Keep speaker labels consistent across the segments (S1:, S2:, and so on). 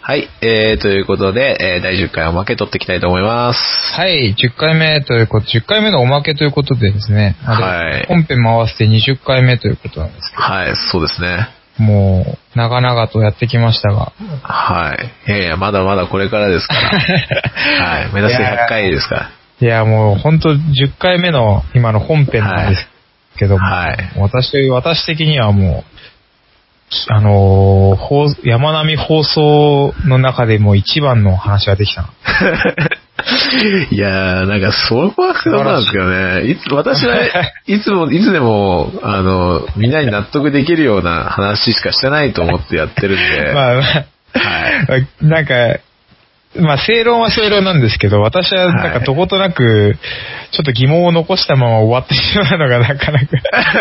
S1: はい、えー、ということで、えー第10回おまけ取っていきたいと思います。
S2: はい、10回目ということ、10回目のおまけということでですね、あれ
S1: はい
S2: 本編も合わせて20回目ということなんですけ
S1: はい、そうですね。
S2: ど、もう、長々とやってきましたが、
S1: はい。いやいや、まだまだこれからですから。はい、目指して100回ですか
S2: いや、もう本当10回目の今の本編なんですけども、
S1: はい
S2: 私、私的にはもう、あのー放山並放送の中でも一番の話ができたな。
S1: ら。 いやー、なんか、そこは不安なんですけどね。いつ、私は、いつも、いつでも、あの、みんなに納得できるような話しかしてないと思ってやってるんで。
S2: まあまあ、
S1: はい。
S2: なんか、まあ正論は正論なんですけど、私はなん
S1: はい
S2: かとことなく、ちょっと疑問を残したまま終わってしまうのがな かなか、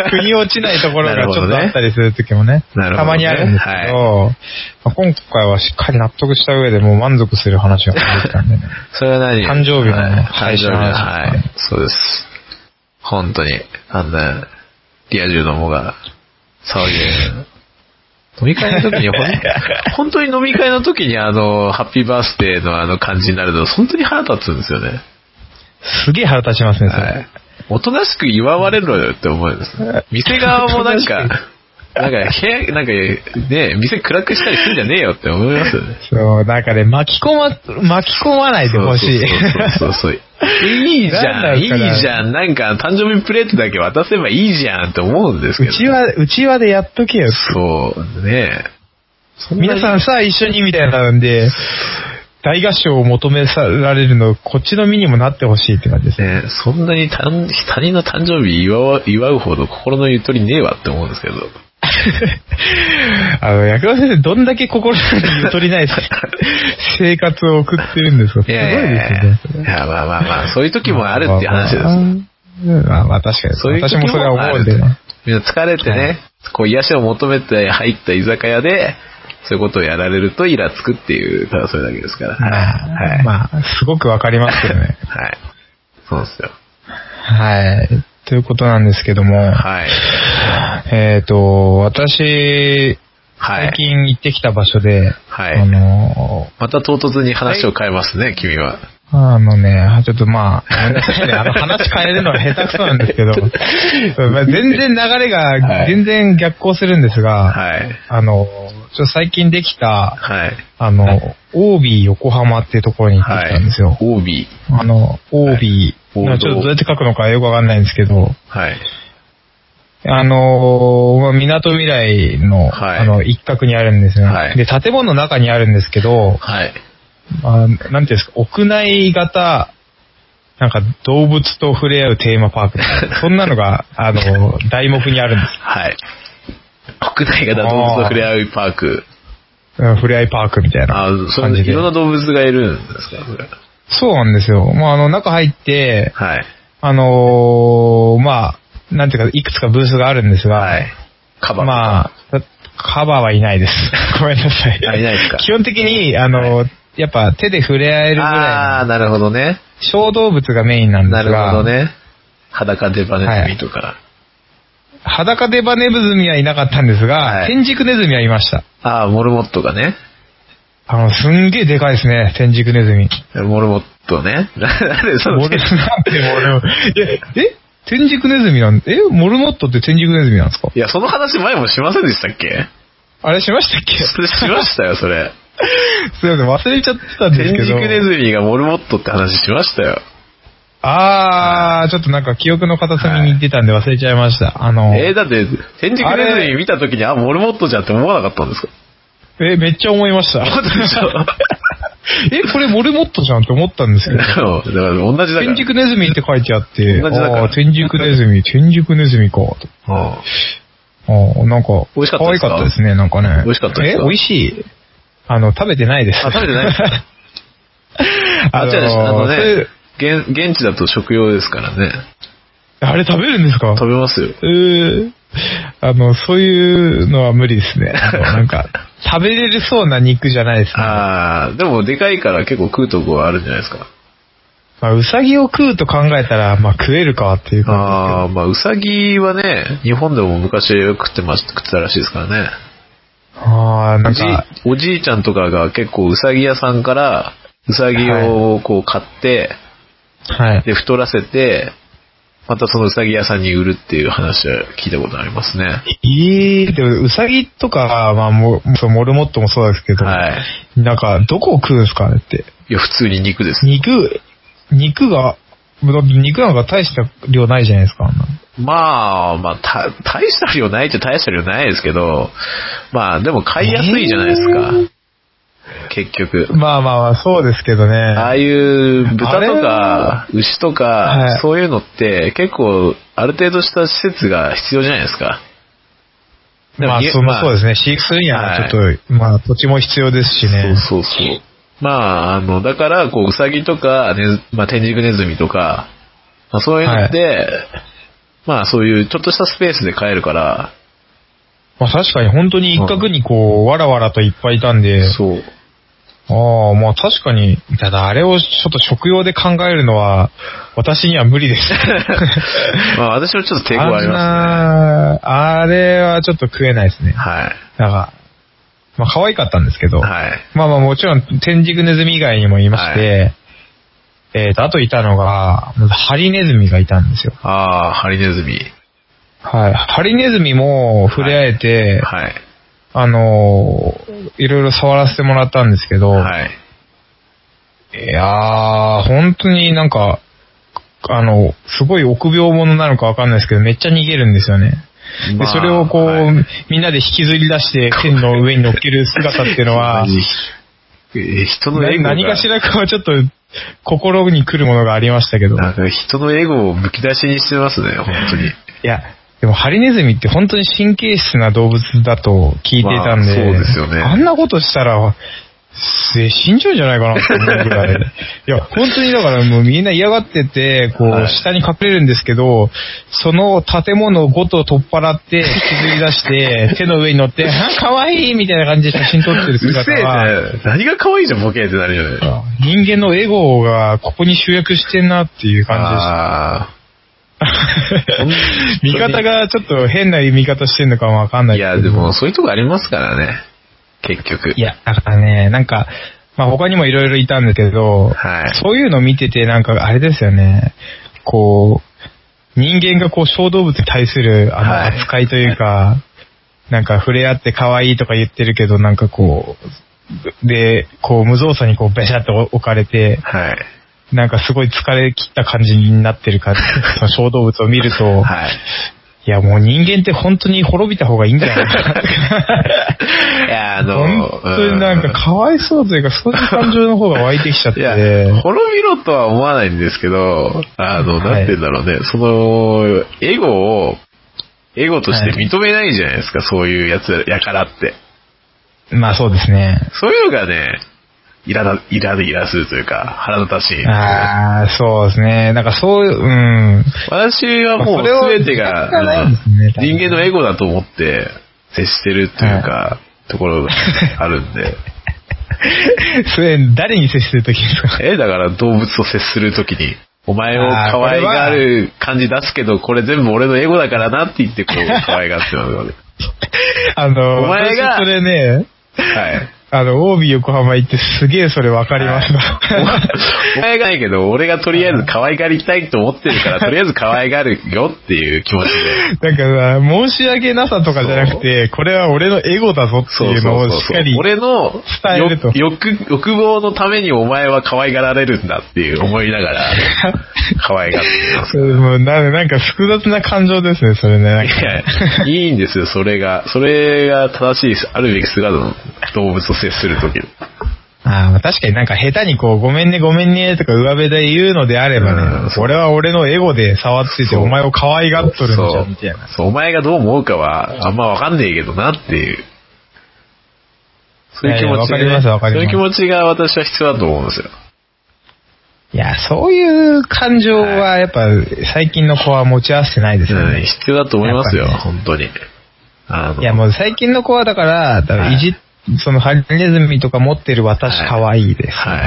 S2: 腑に落ちないところ
S1: なる
S2: が
S1: ほ
S2: ち
S1: ど
S2: ょっ
S1: ね
S2: とあったりする時もね、
S1: なるほどね
S2: たまにあるんですけど、まあ今回はしっかり納得した上でもう満足する話ができたんで ね。
S1: それは何
S2: 誕生日の
S1: はい
S2: 最
S1: 誕生日
S2: 初
S1: の、
S2: の話
S1: はい。そうです。本当に、あんな、リア充のもが、騒いで、飲み会の時に、ほ ん本当に飲み会の時にあの、ハッピーバースデーのあの感じになると、本当に腹立つんですよね。
S2: すげえ腹立ちますね、それ。
S1: はい。おとなしく祝われろよって思うんですね。店側もなんか、なんか、部屋、なんか、ね、店暗くしたりするんじゃねえよって思いますよ ね。
S2: そう、なんかね、巻き込ま、巻き込まないでほしい。
S1: そうそうそう そうそう。いいじゃん、いいじゃん。なんか、誕生日プレートだけ渡せばいいじゃんって思うんですけ
S2: う
S1: ど。
S2: ちわ、うちわでやっとけよ。
S1: そう、ねえ。
S2: 皆さ
S1: ん
S2: んさあ一緒にみたいなんで、大合唱を求めさられるの、こっちの身にもなってほしいって感じですね。
S1: ねえ、そんなに他ん他人の誕生日祝わ祝うほど心のゆとりねえわって思うんですけど。
S2: あの、薬丸先生、どんだけ心にゆとりない 生活を送ってるんですかすごい
S1: い
S2: で
S1: やいやいや
S2: すよね。
S1: いや、まあまあまあ、そういう時もあるっていう話です。
S2: す。まあまあ確かに。
S1: そういう時
S2: 私もそれは思うん
S1: もあ
S2: で
S1: る
S2: ね。
S1: みんな疲れてね、こう癒しを求めて入った居酒屋で、そういうことをやられるとイラつくっていう、ただそれだけですから。はい。はい。
S2: まあ、すごくわかりますけどね
S1: はい。そうですよ。
S2: はい。ということなんですけども、
S1: はい。
S2: えっ、と、私、
S1: は
S2: 最
S1: い。
S2: 近行ってきた場所で、
S1: はい
S2: あの、
S1: また唐突に話を変えますね、君は。
S2: あのね、ちょっとまあ、ごめんなさいね。あの話変えるのは下手くそなんです けど、まあ全然流れ
S1: は
S2: が、
S1: い
S2: 全然逆行するんですが、
S1: はい。
S2: あの、ちょっと最近できた、
S1: はい。
S2: あの、OB 横浜っていうところに行ってきたんですよ。
S1: OB。
S2: あの、OB、
S1: はい
S2: まあちょっとどうやって書くのかよくわかんないんですけど、
S1: はい。
S2: あのーまあ、港未来の、
S1: はい
S2: あの、一角にあるんですね、
S1: はい
S2: で、建物の中にあるんですけど、
S1: はい。
S2: まあ、なんていうんですか、屋内型、なんか動物と触れ合うテーマパークみたい なそんなのが、あの、題目にあるんで
S1: はい。国内型動物と触れ合うパーク。
S2: す。うん触れ合いパークみたい
S1: あ
S2: な
S1: ーそ
S2: 感
S1: れ
S2: じ
S1: い
S2: で。
S1: ろんな動物がいるんですかそれ
S2: そうなんですよ。まあ、あの、中入って、
S1: はい。
S2: あのーまあ、なんていうか、いくつかブースがあるんですが、
S1: はい。カバー。
S2: まあ、カバーはいな いです。ごめんなさい。
S1: あいないですか
S2: 基本的に、あの、やっぱ手で触れ合えるぐ
S1: あ
S2: らい
S1: あー、なるほどね。
S2: の、小動物がメインなんです
S1: な
S2: が、
S1: るほどね。裸デバネズミとか。
S2: 裸デバネズミはいなかったんですが、
S1: はい
S2: 天竺ネズミはいました。
S1: ああ、モルモットがね。
S2: あの、すんげえでかいですね、天竺ネズミ。
S1: モルモットね。なんでその
S2: モルなんてモルえ、え天竺ネズミなんえモルモットって天竺ネズミなんですか
S1: いや、その話前もしませんでしたっけ
S2: あれしましたっけ
S1: それしましたよ、それ。
S2: すいません、忘れちゃってたんで
S1: 天
S2: すけど。
S1: 竺ネズミがモルモットって話しましたよ。
S2: あー、ちょっとなんか記憶の片隅に行ってたんで忘れちゃいました。あの、
S1: えー、だって、天竺ネズミ見た時に、あ、モルモットじゃんって思わなかったん ですか
S2: え、めっちゃ思いました。
S1: 本当でしょ
S2: え、これモルモットじゃんって思ったんですけど。
S1: そうだから同じだから。
S2: 天竺ネズミって書いてあって、
S1: 同じだから
S2: あー天竺ネズミ、天竺ネズミか、と。
S1: うん
S2: ああ、なんか、
S1: 美味しかった
S2: 可
S1: で
S2: 愛
S1: すか
S2: かったですね、なんかね。
S1: 美味しかったで
S2: え、
S1: すか
S2: 美味しいあの、食べてないです。
S1: あ食べてない ですあ、違う違う、あの
S2: それ
S1: ね、現現地だと食用ですからね。
S2: あれ食べるんですか
S1: 食べますよ。
S2: うーあの、そういうのは無理ですね。あのな んか、食べれるそうな肉じゃないですね。
S1: あー、でもでかいから結構食うとこはあるんじゃないですか。
S2: まあ、うさぎを食うと考えたら、まあ食えるかっていうか。
S1: ああ、まあ、うさぎはね、日本でも昔食ってまし食ってたらしいですからね。
S2: ああ、なん
S1: じ
S2: か、
S1: おじいちゃんとかが結構うさぎ屋さんからうさぎをこう買って、
S2: はい。
S1: で、太らせて、またそのうさぎ屋さんに売るっていう話は聞いたことありますね。
S2: いい、でも、ウサギとか、まあ、もそうモルモットもそうですけど、
S1: はい。
S2: なんか、どこを食うんですかあれって。
S1: いや、普通に肉です。
S2: 肉、肉が、だって肉なんか大した量ないじゃないですか、あんな
S1: まあ、まあ、た、大した量ないっちゃ大した量ないですけど、まあ、でも買いやすいじゃないですか。結局。
S2: まあまあまあ、そうですけどね。
S1: ああいう豚
S2: あれ
S1: とか牛とか、
S2: はい
S1: そういうのって結構ある程度した施設が必要じゃないですか。でも
S2: まあ、
S1: に
S2: そのそうですね。飼育するに
S1: はい
S2: は、ちょっと、まあ、土地も必要ですしね。
S1: そうそうそう。まあ、あの、だから、こう、うさぎとか、ねず、まあ、天竺ネズミとか、まあ、そういうので、まあ、そういうちょっとしたスペースで飼えるから、
S2: まあ、確かに本当に一角にこう、わらわらといっぱいいたんで、
S1: そう。
S2: ああ、まあ確かに、ただあれをちょっと食用で考えるのは、私には無理です。
S1: まあ、私もちょっと抵抗ありますね。
S2: あんなあれはちょっと食えないですね。
S1: はい。
S2: だから、まあ可愛かったんですけど、
S1: はい。
S2: まあまあもちろん天竺ネズミ以外にもいまして、えっ、と、あといたのが、まずハリネズミがいたんですよ。
S1: ああ、ハリネズミ。
S2: はい。ハリネズミも触れ合えて、
S1: はい。
S2: あのーいろいろ触らせてもらったんですけど、
S1: はい。
S2: いやー、本当になんか、あの、すごい臆病者なのかわかんないですけど、めっちゃ逃げるんですよね。で、
S1: まあ
S2: それをこう、
S1: はい
S2: みんなで引きずり出して、線の上に乗っける姿っていうのは、
S1: マジえ人のエ
S2: な
S1: ゴが
S2: 何かしらかはちょっと、心に来るものがありましたけど。
S1: なんか人のエゴをむき出しにしてますね、本当に。
S2: いや、でもハリネズミって本当に神経質な動物だと聞いていたんで、
S1: まあそうですよね
S2: あんなことしたら、せ死んじゃうんじゃないかなって思うぐ らい。いや、本当にだからもうみんな嫌がってて、こう、
S1: はい
S2: 下に隠れるんですけど、その建物ごと取っ払って、引きずり 出して、手の上に乗って、あ、かわいいみたいな感じで写真撮ってる
S1: うっせ
S2: 姿
S1: え
S2: は、
S1: ね。何が可愛いじゃん、ボケってなるよね。
S2: 人間のエゴがここに集約してんなっていう感じでした。
S1: あ
S2: 見方がちょっと変な見方してんのかもわかん
S1: あ。
S2: ないいけど。
S1: や、でも、そういうとこありますからね。結局。
S2: いや、だからね、なんか、まあ他にもいろいろいたんだけど、
S1: はい
S2: そういうの見ててなんかあれですよね、こう、人間がこう小動物に対するあ
S1: はい
S2: の扱いというか、なんか触れ合って可愛いとか言ってるけど、なんかこう、で、こう無造作にこうベシャって置かれて、
S1: はい。
S2: なんかすごい疲れ切った感じになって る感じ、その小動物を見ると、
S1: はい。
S2: いや、もう人間って本当に滅びた方がいいんじゃないかなって。
S1: い や、あの、
S2: 本当になんかかわいそうというか、そういう感情の方が湧いてきちゃっ
S1: い
S2: て。
S1: や、滅びろとは思わないんですけど、あの、
S2: はい
S1: なんて言うんだろうね、その、エゴを、エゴとして認めないじゃないですか、そういうやつやからって。
S2: まあそうですね。
S1: そういうのがね、イラだ、イラでイラするというか、腹立たしい。
S2: ああ、そうですね。なんかそういう、うん。
S1: 私はも
S2: まあそれを
S1: う全てが、
S2: 自覚がないんですね
S1: うん人間のエゴだと思って接してるというか、ところがあるんで。
S2: それ、誰に接してる時ですか
S1: え、だから動物と接するときに、お前を可愛がる感じ出すけど、これ全部俺のエゴだからなって言って、 こう、可愛がってますので。
S2: あの、
S1: お前が
S2: 私それね、
S1: はい。
S2: あの、オービー横浜行ってすげえそれわかりました。
S1: お前がないけど、俺がとりあえず可愛がりたいと思ってるから、とりあえず可愛がるよっていう気持ちで。
S2: なんかさ、申し訳なさとかじゃなくて、これは俺のエゴだぞって
S1: そう
S2: いう
S1: そ
S2: の
S1: う
S2: を
S1: そう
S2: しっ
S1: そ
S2: か
S1: う
S2: り。。
S1: 俺の
S2: 伝えると
S1: 欲欲欲望のためにお前は可愛がられるんだっていう思いながら、 可愛がってます。
S2: そうもうななんか複雑な感情ですね、それね。なん
S1: い
S2: か
S1: やいいんですよ、それが。それが正しい、あるべき姿の動物と接するとき。
S2: ああまあ、確かになんか下手にこう、ごめんね、ごめんね、とか上辺で言うのであれば
S1: うん
S2: ね、
S1: そう
S2: 俺は俺のエゴで触ってて、
S1: そう
S2: お前を可愛がっとるんじ
S1: そ
S2: ゃ、
S1: うん
S2: みたいな。
S1: そうお前がどう思うかは、あんまわかんねえけどなっていう。そういう気持ち、
S2: いやいやわかりますわかり
S1: そ
S2: ます
S1: ういう気持ちが私は必要だと思うんですよ。
S2: いや、そういう感情はやっぱ、最近の子は持ち合わせてないですよ
S1: うん
S2: ね。
S1: 必要だと思いますよ、
S2: やっぱ
S1: 本当に。あの
S2: いや、もう最近の子はだから、だからいじ、そのハリネズミとか持ってる私
S1: はい
S2: 可愛いです、ね
S1: は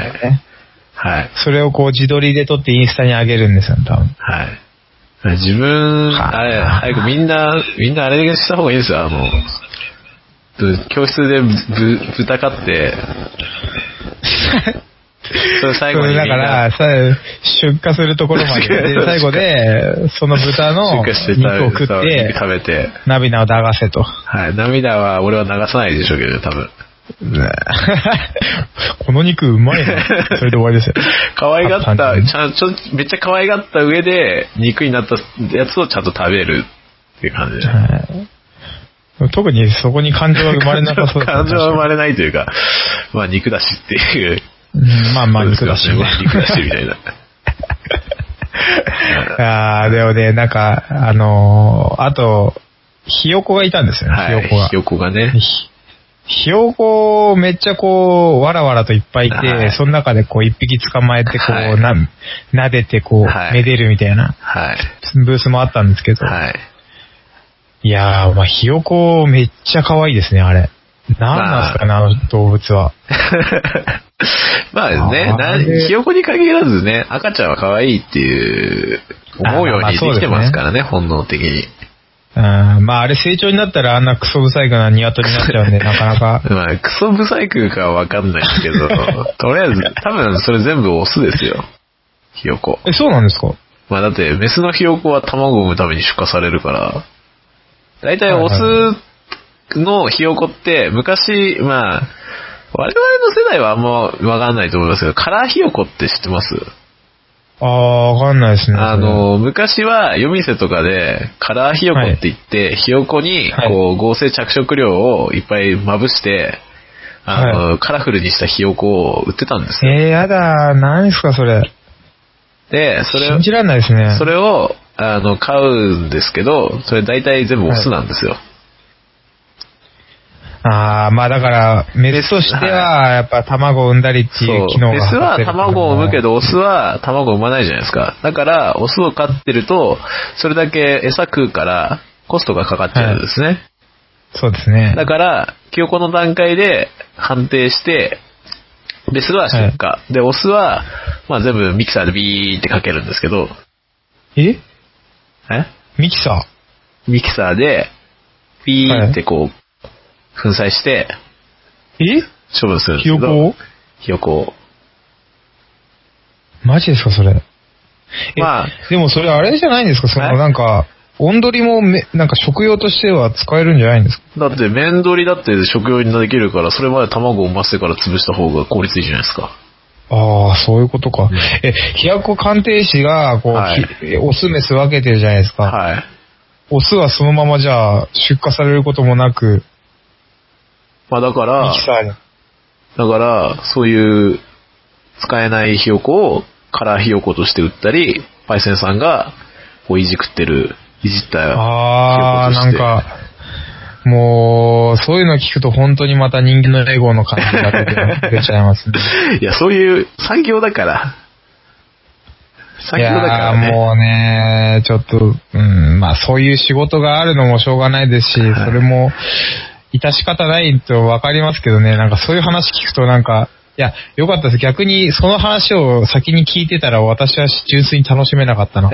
S1: いはい。
S2: それをこう自撮りで撮ってインスタに上げるんですよ、多分。
S1: はい。自分、
S2: は
S1: あれ、早くみんな、みんなあれした方がいいですよ、あの、と教室でぶ、ぶたか って、それ最後にみん
S2: だか
S1: な
S2: ら、さ、出荷するところまで、
S1: 出荷
S2: で最後で、その豚の
S1: 出荷して食べ
S2: 肉を食って、
S1: 食べて、
S2: 涙を流せと。
S1: はい。涙は俺は流さないでしょうけど、多分。
S2: この肉うま いな。それで終わりですよ。
S1: 可愛がった、
S2: あ
S1: ち
S2: 単純に
S1: ゃんちょめっちゃ可愛がった上で、肉になったやつをちゃんと食べるっていう感じ。
S2: はい特にそこに感情が生まれなさそ う
S1: 感情は生
S2: ま
S1: まれないというか、まあ肉だしっていう。
S2: まあまあ、肉だし
S1: そうですよね。まあ肉だしみたいな。
S2: ああ、でもね、なんか、あのーあと、ひよこがいたんですよね、ひよこ
S1: は
S2: が
S1: い。。ひよこがね。
S2: ひひよこめっちゃこう、わらわらといっぱいいて、
S1: はい
S2: その中でこう、一匹捕まえて、こう、
S1: はい
S2: な、撫でて、こう、
S1: はい
S2: めでるみたいな、
S1: はい。
S2: ブースもあったんですけど、
S1: はい。
S2: い、やー、まあ、ひよこめっちゃ可愛いですね、あれ。なんなんすかね、あの動物は。
S1: まあね、
S2: あ
S1: な
S2: れ
S1: ひよこに限らずね、赤ちゃんは可愛いっていう、思うよう
S2: あまあ
S1: にで
S2: そう
S1: き
S2: です
S1: て
S2: ね
S1: ますからね、本能的 に。
S2: うん、まあ、あれ成長になったらあんなクソブサイクな鶏になっちゃうんで、なかな か。
S1: まあ、クソブサイクかはわかんないですけど、とりあえず、多分それ全部オスですよ。ひよこ。
S2: え、そうなんですか
S1: まあだって、メスのひよこは卵を産むために出荷されるから、大体
S2: はい
S1: オ
S2: はい
S1: スのひよこって、昔、まあ、我々の世代はあんまわかんないと思いますけど、カラーひよこって知ってます
S2: ああ、わかんないですね。
S1: あの、昔は夜店とかで、カラーひよこって言って、ひよこに、
S2: はい
S1: こう、合成着色料をいっぱいまぶして、あの、カラフルにしたひよこを売ってたんで
S2: そ
S1: す
S2: れ
S1: よ。
S2: えー、やだー、何ですか、それ。
S1: で、それを
S2: 信、じらんないですね。
S1: それを、あの、買うんですけど、それ大体全部オスなんですよ。
S2: ああ、まあだから、メスとしては、やっぱ卵を産んだりっていう機能
S1: メ
S2: が
S1: スは
S2: 発生する
S1: 卵を産むけ。ど、オスは卵を産まないじゃないですか。だから、オスを飼ってると、それだけ餌食うから、コストがかかっちゃうんですね。
S2: そうですね。
S1: だから、記憶の段階で判定して、メスは出荷、で、オスは、まあ全部ミキサーでビーってかけるんですけど、
S2: え
S1: え
S2: ミキサ
S1: ミキサーで、ビーってこう、粉砕して、
S2: ーえ
S1: 処分するんです
S2: ひ
S1: けど
S2: よ、こを
S1: ひよこを
S2: マジですか、それ。え
S1: まあ
S2: でもそれあれじゃないんですか、そ
S1: はい
S2: のなんか、おんどりもめ、なんか食用としては使えるんじゃないんですか
S1: だって、面取りだって食用にできるから、それまで卵を産ませてから潰した方が効率いいじゃないですか。
S2: ああ、そういうことか。え、ひやこ鑑定士が、こう、
S1: はい
S2: ひオスメス分けてるじゃないですか。
S1: はい。
S2: オスはそのままじゃあ、出荷されることもなく、
S1: まあだか
S2: ミ
S1: ら、
S2: キサーに。
S1: だから、そういう使えないひよこをカラーひよことして売ったり、パイセンさんがこういじくってる、いじった
S2: ああ、
S1: ひよ
S2: な
S1: こと
S2: ん
S1: して
S2: か、もう、そういうの聞くと本当にまた人間のエゴの感じが出て 出ちゃいますね。
S1: いや、そういう産業だから。産
S2: い
S1: 業
S2: や
S1: だから
S2: ー
S1: ね。
S2: もうね、ちょっと、うん、まあそういう仕事があるのもしょうがないですし、
S1: はい
S2: それも、致し方ないとわかりますけどね、なんかそういう話聞くとなんか、いや、よかったです。逆にその話を先に聞いてたら私は純粋に楽しめな かったな。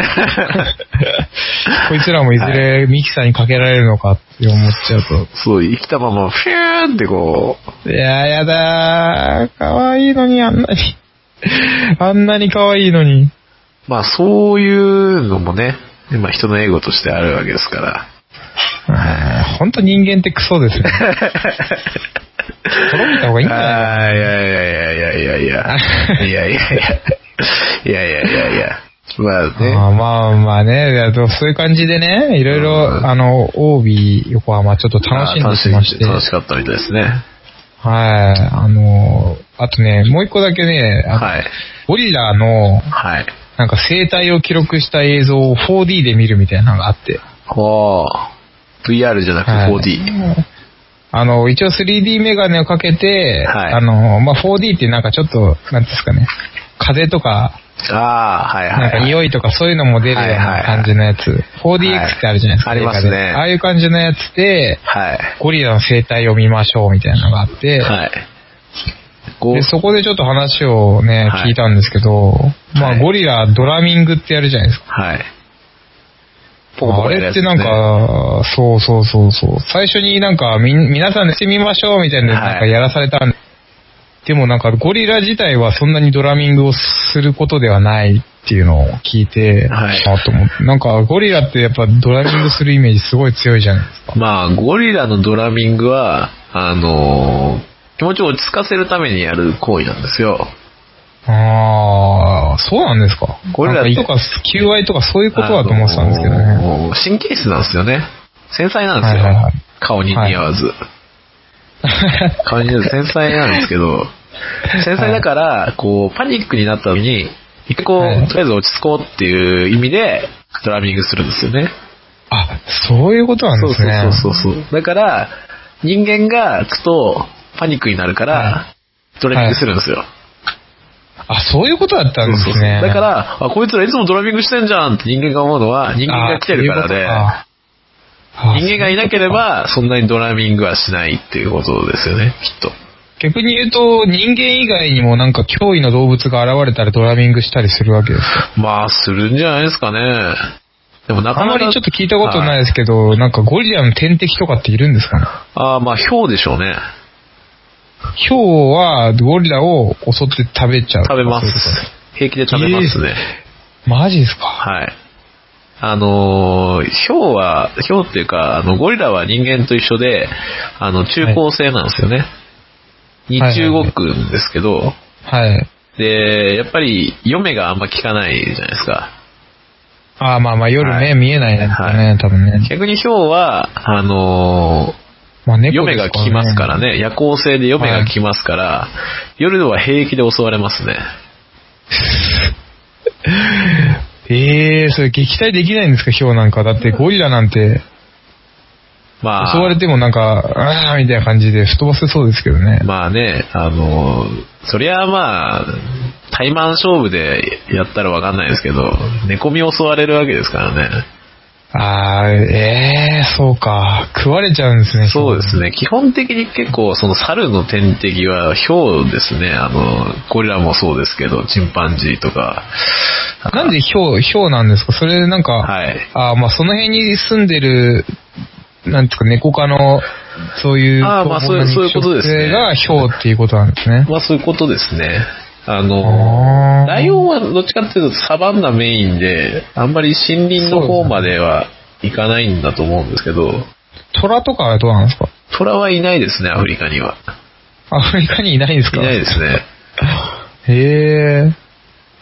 S2: こいつらもいずれミキサーにかけられるのかって思っちゃうと。
S1: そう、生きたまま、フィューンってこ
S2: いやー、やだー。かわいいのに、あんなに。あんなにかわいいのに。
S1: う、まあそういうのもね、今人のエゴとしてあるわけですから。
S2: あ ーほんと人間ってクソ ですね。とろめた方がいいんじゃない
S1: ああ、いやいやいやいやいやいや。いやいやいや。いやいやいやいや。まあね。
S2: あーまあまあね、いやでもそういう感じでね、いろい
S1: うん
S2: ろ、あの、OB 横浜ちょっと楽しんできまして。
S1: 楽しかったみたいですね。
S2: はい。あの、あとね、もう一個だけね、あの
S1: はい。
S2: ゴリラの、
S1: はい。
S2: なんか生態を記録した映像を 4D で見るみたいなのがあって。
S1: おー。VR じゃなくて
S2: はい
S1: 4D。
S2: あの、一応 3D メガネをかけて、
S1: はい
S2: あの、まあ、4D ってなんかちょっと、なんていうんですかね、風とか、
S1: ああ、はい
S2: なん
S1: はい
S2: か
S1: はい。
S2: 匂いとかそういうのも出るよう
S1: はいはいは
S2: ない感じのやつ。
S1: はい
S2: 4DX ってあるじゃないですか。
S1: ありますね
S2: 映画でああいう感じのやつで、
S1: はい。
S2: ゴリラの生態を見ましょうみたいなのがあって、
S1: はい。こ
S2: でそこでちょっと話をね、
S1: はい
S2: 聞いたんですけど、ま
S1: は
S2: あ
S1: い
S2: ゴリラドラミングってやるじゃないですか。
S1: はい。ポコポコ
S2: あ
S1: やる
S2: れ
S1: や
S2: っ
S1: つね
S2: てなんか、そうそうそうそう。最初になんか、みん、皆さんしてみましょうみたいな、
S1: はい
S2: なんかやらされたんでもなんか、ゴリラ自体はそんなにドラミングをすることではないっていうのを聞いて、
S1: はい
S2: あと思って。なんか、ゴリラってやっぱドラミングするイメージすごい強いじゃないですか。
S1: まあ、ゴリラのドラミングは、あのー気持ちを落ち着かせるためにやる行為なんですよ。
S2: ああ、そうなんですか。
S1: ゴリラって
S2: なんか胃とか、求愛とかそういうことだと思ってたんですけどね。
S1: あのー神経質なんですよね。繊細なんですよ。
S2: はいはいはい
S1: 顔に似合わず。顔に似合わず繊細なんですけ ど、繊細だから、こう、パニックになった時に、一回こう、
S2: はい
S1: とりあえず落ち着こうっていう意味で、ドラミングするんですよね。
S2: あ、そういうことなん
S1: そう
S2: です
S1: そう
S2: ね。
S1: そうそうそう。だから、人間がつくと、パニックになるから、
S2: は
S1: ドラミングするんですよ。
S2: あ、そういうことだったんです
S1: そ
S2: ね。
S1: うそうそうだから、あ、こいつらいつもドラミングしてんじゃんって人間が思うのは、人間が来てるからで、人間がいなけれ
S2: ば
S1: ば、そんなにドラミングはしないっていうことですよね、きっと。
S2: 逆に言うと、人間以外にもなんか脅威の動物が現れたらドラミングしたりするわけですか
S1: まあ、するんじゃないですかね。でもなか
S2: あん
S1: なか。
S2: まりちょっと聞いたことない
S1: い。
S2: ですけど、なんかゴリラの天敵とかっているんですかね
S1: ああ、まあ、ヒョウでしょうね。
S2: ヒョウはゴリラを襲って食べちゃう。
S1: 食べます
S2: そういうこ。
S1: 平気で食べますね。
S2: とマジですか
S1: はい。あのー、ヒョウは、ヒョウっていうか、あの、ゴリラは人間と一緒で、あの、中高生なんですよね。に
S2: はい
S1: 中国んですけど、
S2: はい。
S1: で、やっぱり、嫁があんま聞かないじゃないですか。
S2: ああ、まあまあ夜
S1: は
S2: ね、
S1: い
S2: 見えないですかね、
S1: は
S2: 多分ね。
S1: 逆にヒョウは、あのー
S2: まあ猫
S1: 嫁が
S2: ですらね
S1: 来ますから。ね。夜行性で嫁が来ますから、夜は平気で襲われますね。
S2: ええそれ撃退できないんですか、ヒョウなんか。だってゴリラなんて、
S1: まあ、
S2: 襲われてもなんか、ああーみたいな感じで吹っ飛ばせそうですけどね。
S1: まあね、あのーそりゃあまあ、対マン勝負でやったらわかんないですけど、猫み襲われるわけですからね。
S2: ああ、ええそうか。食われちゃうんですね。
S1: そうですね。基本的に結構、その猿の天敵は、ヒョウですね。あの、ゴリラもそうですけど、チンパンジーとか。
S2: なんでヒョウ、ヒョウなんですかそれなんか、
S1: はい
S2: ああ、まあその辺に住んでる、なんていうか猫科の、そういう、
S1: あーまあそういうそういうことですね
S2: それがヒョウっていうことなんですね。
S1: まあそういうことですね。あの
S2: あ、ー
S1: ライオンはどっちかっていうとサバンナメインで、あんまり森林の方までは行かないんだと思うんですけど、
S2: トラとかはどうなんですか
S1: トラはいないですね、アフリカには。
S2: アフリカにいないんです
S1: い
S2: か
S1: ないですね。
S2: へえ。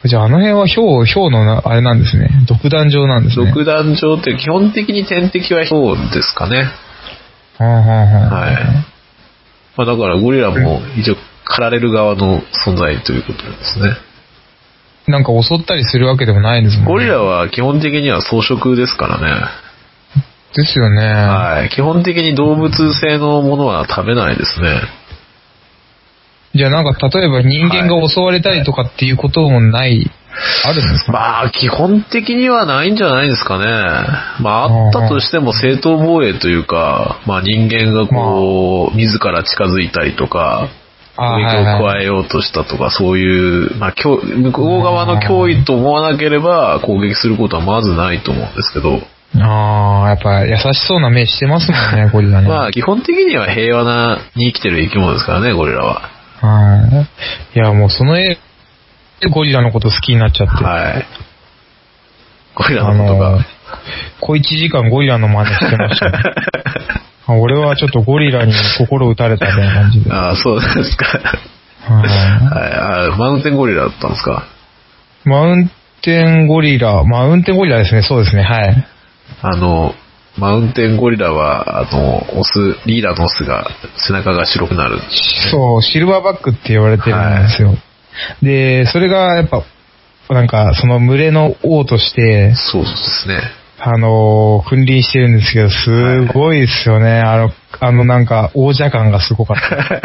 S2: じゃああの辺はヒョウ、ヒョウのな、あれなんですね。独壇場なんですね。
S1: 独壇場って基本的に天敵はヒョウですかね。
S2: はんはんはん
S1: はい。まあだからゴリラも一応狩られる側の存在ということですね。
S2: なんか襲ったりするわけでもないですもんね。
S1: ゴリラは基本的には草食ですからね。
S2: ですよね。
S1: はい。基本的に動物性のものは食べないですね。
S2: じゃあなんか例えば人間が襲われたりとかっていうこともない、あるんですか
S1: まあ基本的にはないんじゃないですかね。まああったとしても正当防衛というか、まあ人間がこう、自ら近づいたりとか、
S2: あー
S1: 攻撃を加えようとしたとか、そういう、まあ、脅向こう側の脅威と思わなければ攻撃することはまずないと思うんですけど、
S2: ああ、やっぱ優しそうな目してますも んね、ゴリラね。
S1: まあ、基本的には平和なに生きてる生き物ですからね、ゴリラは。
S2: はい。いや、もうその絵、ゴリラのこと好きになっちゃって。
S1: はい。ゴリラ
S2: あ
S1: のこと
S2: の
S1: が。、
S2: 小一時間ゴリラの真似して ましたね、あ俺はちょっとゴリラに心打たれたみたいな 感じで。
S1: ああ、そうですか。
S2: は
S1: はい。ああマウンテンゴリラだったんですか。
S2: い。マウンテンゴリラ、マウンテンゴリラですね、そうですね、はい。
S1: あの、マウンテンゴリラは、あの、オス、リーダーのオスが背中が白くなる。
S2: そう、シルバーバックって言われてるんですよ。で、それがやっぱ、なんか、その群れの王として、
S1: そうですね。
S2: あのー君臨してるんですけど、すごいですよね。あの、あのなんか、王者感がすごかった。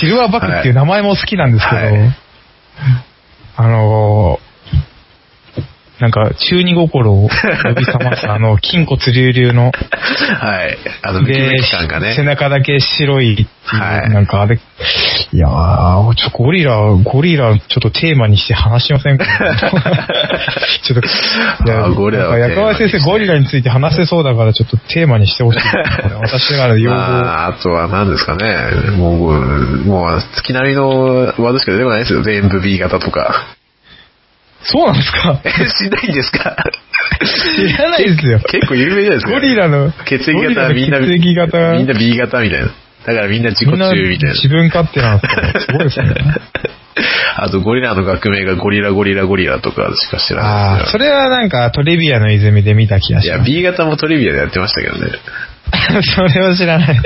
S2: シルバーバックっていう名前も好きなんですけど、
S1: はい
S2: あのーなんか、中二心を呼び覚ます、あの、筋骨隆々
S1: は
S2: の、
S1: い。あの、ムキムキ感がね。
S2: 背中だけ白いっていう、
S1: はい
S2: なんかあれ、いやー、ちょ、ゴリラ、ゴリラ、ちょっとテーマにして話し ませんかちょっと、いや
S1: あーゴリラを
S2: なんか
S1: テー
S2: 薬
S1: マにして
S2: 丸先生、ゴリラについて話せそうだから、ちょっとテーマにして ほしい。私からの要望。
S1: まあ、あとは何ですかね。もう、もう、月並みのワードしか出てこないですよ。全部 B 型とか。
S2: そうなんですか
S1: え、しないんですか
S2: 知らないですよ。
S1: 結構有名じゃないですか。
S2: ゴリラの
S1: 血液
S2: ゴリラ
S1: 型、
S2: の
S1: みんな、
S2: 血液型
S1: みんな B 型みたいな。だからみんな自己中
S2: みんな
S1: みたいな。
S2: 自分勝手なんですからすごいです ね。
S1: あと、ゴリラの学名がゴリラゴリラゴリラとかしか知らない
S2: あ
S1: で
S2: あ、
S1: す
S2: そ
S1: よ。
S2: れはなんかトレビアの泉で見た気が
S1: い
S2: し
S1: や、
S2: ます
S1: B 型もトリビアでやってましたけどね。
S2: それは知 らない。
S1: はい。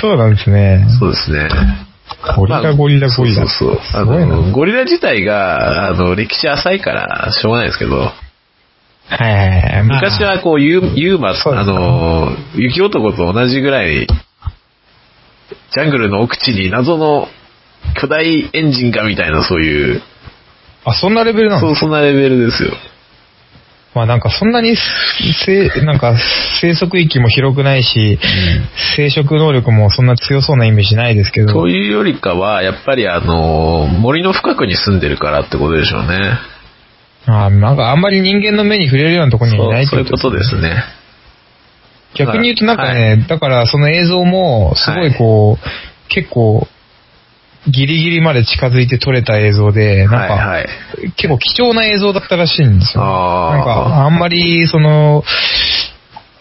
S2: そうなんですね。
S1: そうですね。
S2: ゴリラゴリラゴリラ。
S1: そうそうそう。あ
S2: すごいな
S1: の、ゴリラ自体が、あの、歴史浅いから、しょうがないですけど、
S2: はいはいはい。まあ
S1: 昔、はこう、ユーユーマ、
S2: そうで
S1: あ
S2: すか
S1: の、雪男と同じぐらい、ジャングルの奥地に謎の巨大エンジンがみたいな、そういう、
S2: あ、そんなレベルなん
S1: そ
S2: で
S1: う、
S2: す
S1: そんなレベルですよ。
S2: まあなんかそんなに、せなんか生息域も広くないし、生殖能力もそんな強そうなイメージないですけど。
S1: というよりかは、やっぱりあの、森の深くに住んでるからってことでしょうね。
S2: あーなんかあんまり人間の目に触れるようなところにいないって
S1: そうそういうことですね。
S2: 逆に言うとなんかね、
S1: は
S2: だからその映像もすごいこう、結構ギリギリまで近づいて撮れた映像で、なんか、
S1: はいはい。
S2: 結構貴重な映像だったらしいんですよ。
S1: あー
S2: なんかあんまりその、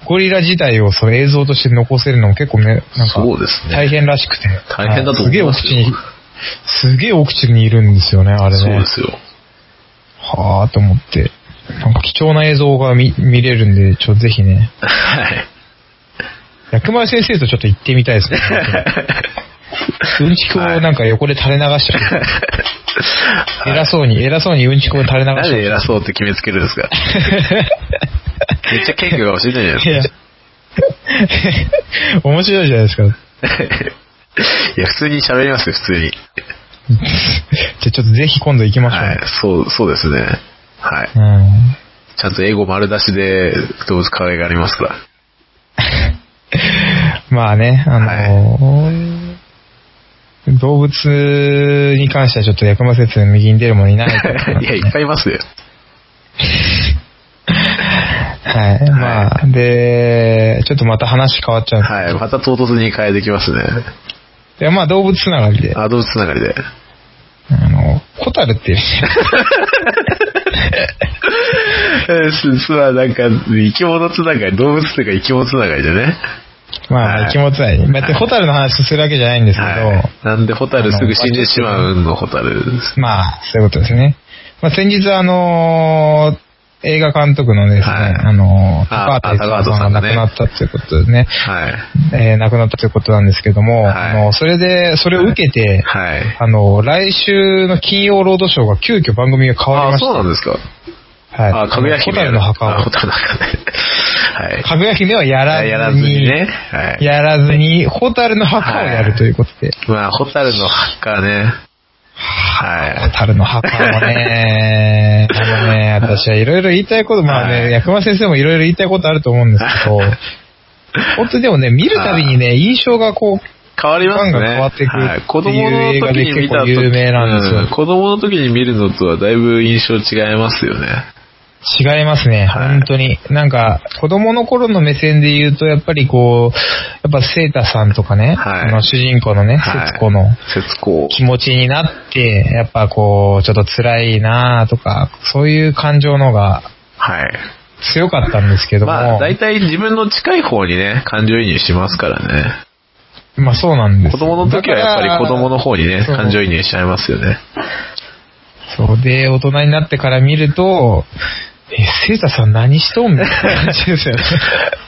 S2: ゴリラ自体をその映像として残せるのも結構ね、なんか
S1: そうですね
S2: 大変らしくて。
S1: 大変だと思
S2: すげえ
S1: いま
S2: 奥
S1: す
S2: 地
S1: よ
S2: に、すげえ奥地にいるんですよね、あれね。
S1: そうですよ。
S2: はぁと思って。なんか貴重な映像が見見れるんで、ちょ、ぜひね。
S1: はい。
S2: 薬丸先生とちょっと行ってみたいです ね。うんちくをなんか横で垂れ流して、偉そうに、偉そうにうんちくを垂れ
S1: な
S2: 流
S1: ん
S2: して。
S1: で偉そうって決めつけるんです かめっちゃ謙虚かもしれない
S2: い
S1: じゃない
S2: や 面白いじゃないですか。
S1: ですか。いや、普通に喋りますよ、普通に。
S2: じゃあちょっとぜひ今度行きましょう。
S1: はい。そう、そうですね。はい。
S2: うん。
S1: ちゃんと英語丸出しで動物可愛がりますから。
S2: まあね、あのー動物に関してはちょっと薬丸先生の右に出るものいないと思 います
S1: いや、いっぱいいますよ。
S2: はい。まあ、で、ちょっとまた話変わっちゃうんです
S1: はい。また唐突に変えてきますね。
S2: いや、まあ動物つながりで、あ
S1: あ、動物つながりで。
S2: の、ホタルって いうね
S1: えーす、すはなんか、生き物つながり、動物というか生き物つながりでね。
S2: ま
S1: は
S2: あ
S1: い
S2: 生き物つながり。まあ、でホタルの話するわけじゃないんですけど、
S1: はい。なんで、ホタルすぐ死んでしまうの、ホタルです。
S2: まあ、そういうことですね。まあ先日あのー映画監督のですね、
S1: はい
S2: あのー
S1: あ
S2: 高畑勲さんが
S1: あ高畑さんが
S2: 亡
S1: ね
S2: くなったということでね、
S1: はい。
S2: えー亡くなったということなんですけども、
S1: はい
S2: あのそれで、それを受けて、
S1: はい。
S2: あの、来週の金曜ロードショーが急遽番組が変わり
S1: あ、
S2: ました。
S1: そうなんですか。
S2: はい。
S1: あ、かぐや姫。
S2: ホタルの墓
S1: あ、
S2: を
S1: ホ。タルの墓ね。はい。
S2: かぐや姫はやらずに、
S1: やらずにね。はい。
S2: やらずに、ホタルの墓をやるということで。
S1: まあ、ホタルの墓ね。は
S2: ホタルの墓もね、あのね、私はいろいろ言いたいこと、まあ
S1: は
S2: ね、
S1: い
S2: 薬丸先生もいろいろ言いたいことあると思うんですけ ど、本当にでもね、見るたびにね、印象がこう、
S1: い。変わりますね。
S2: ファンが変わってくっていう
S1: はい子供の
S2: 映画
S1: 時
S2: で
S1: に見た
S2: 結構
S1: 時
S2: 有名なんですよ
S1: うん子供の時に見るのとはだいぶ印象違いますよね。
S2: 違いますね、
S1: はい
S2: 本当に。なんか、子供の頃の目線で言うと、やっぱりこう、やっぱセータさんとかね、
S1: はい
S2: あの主人公のね、
S1: はい
S2: 節子の、
S1: 節子。
S2: 気持ちになって、やっぱこう、ちょっと辛いなとか、そういう感情のが
S1: はい。
S2: 強かったんですけども、
S1: まあ、大体自分の近い方にね、感情移入しますからね。
S2: まあそうなんです
S1: 子
S2: よ。
S1: 供の時はやっぱり子供の方にね、
S2: そう
S1: 感情移入しちゃいますよね。
S2: そうで、大人になってから見ると、え、セータさん何しとんみたいな感じ ですよね。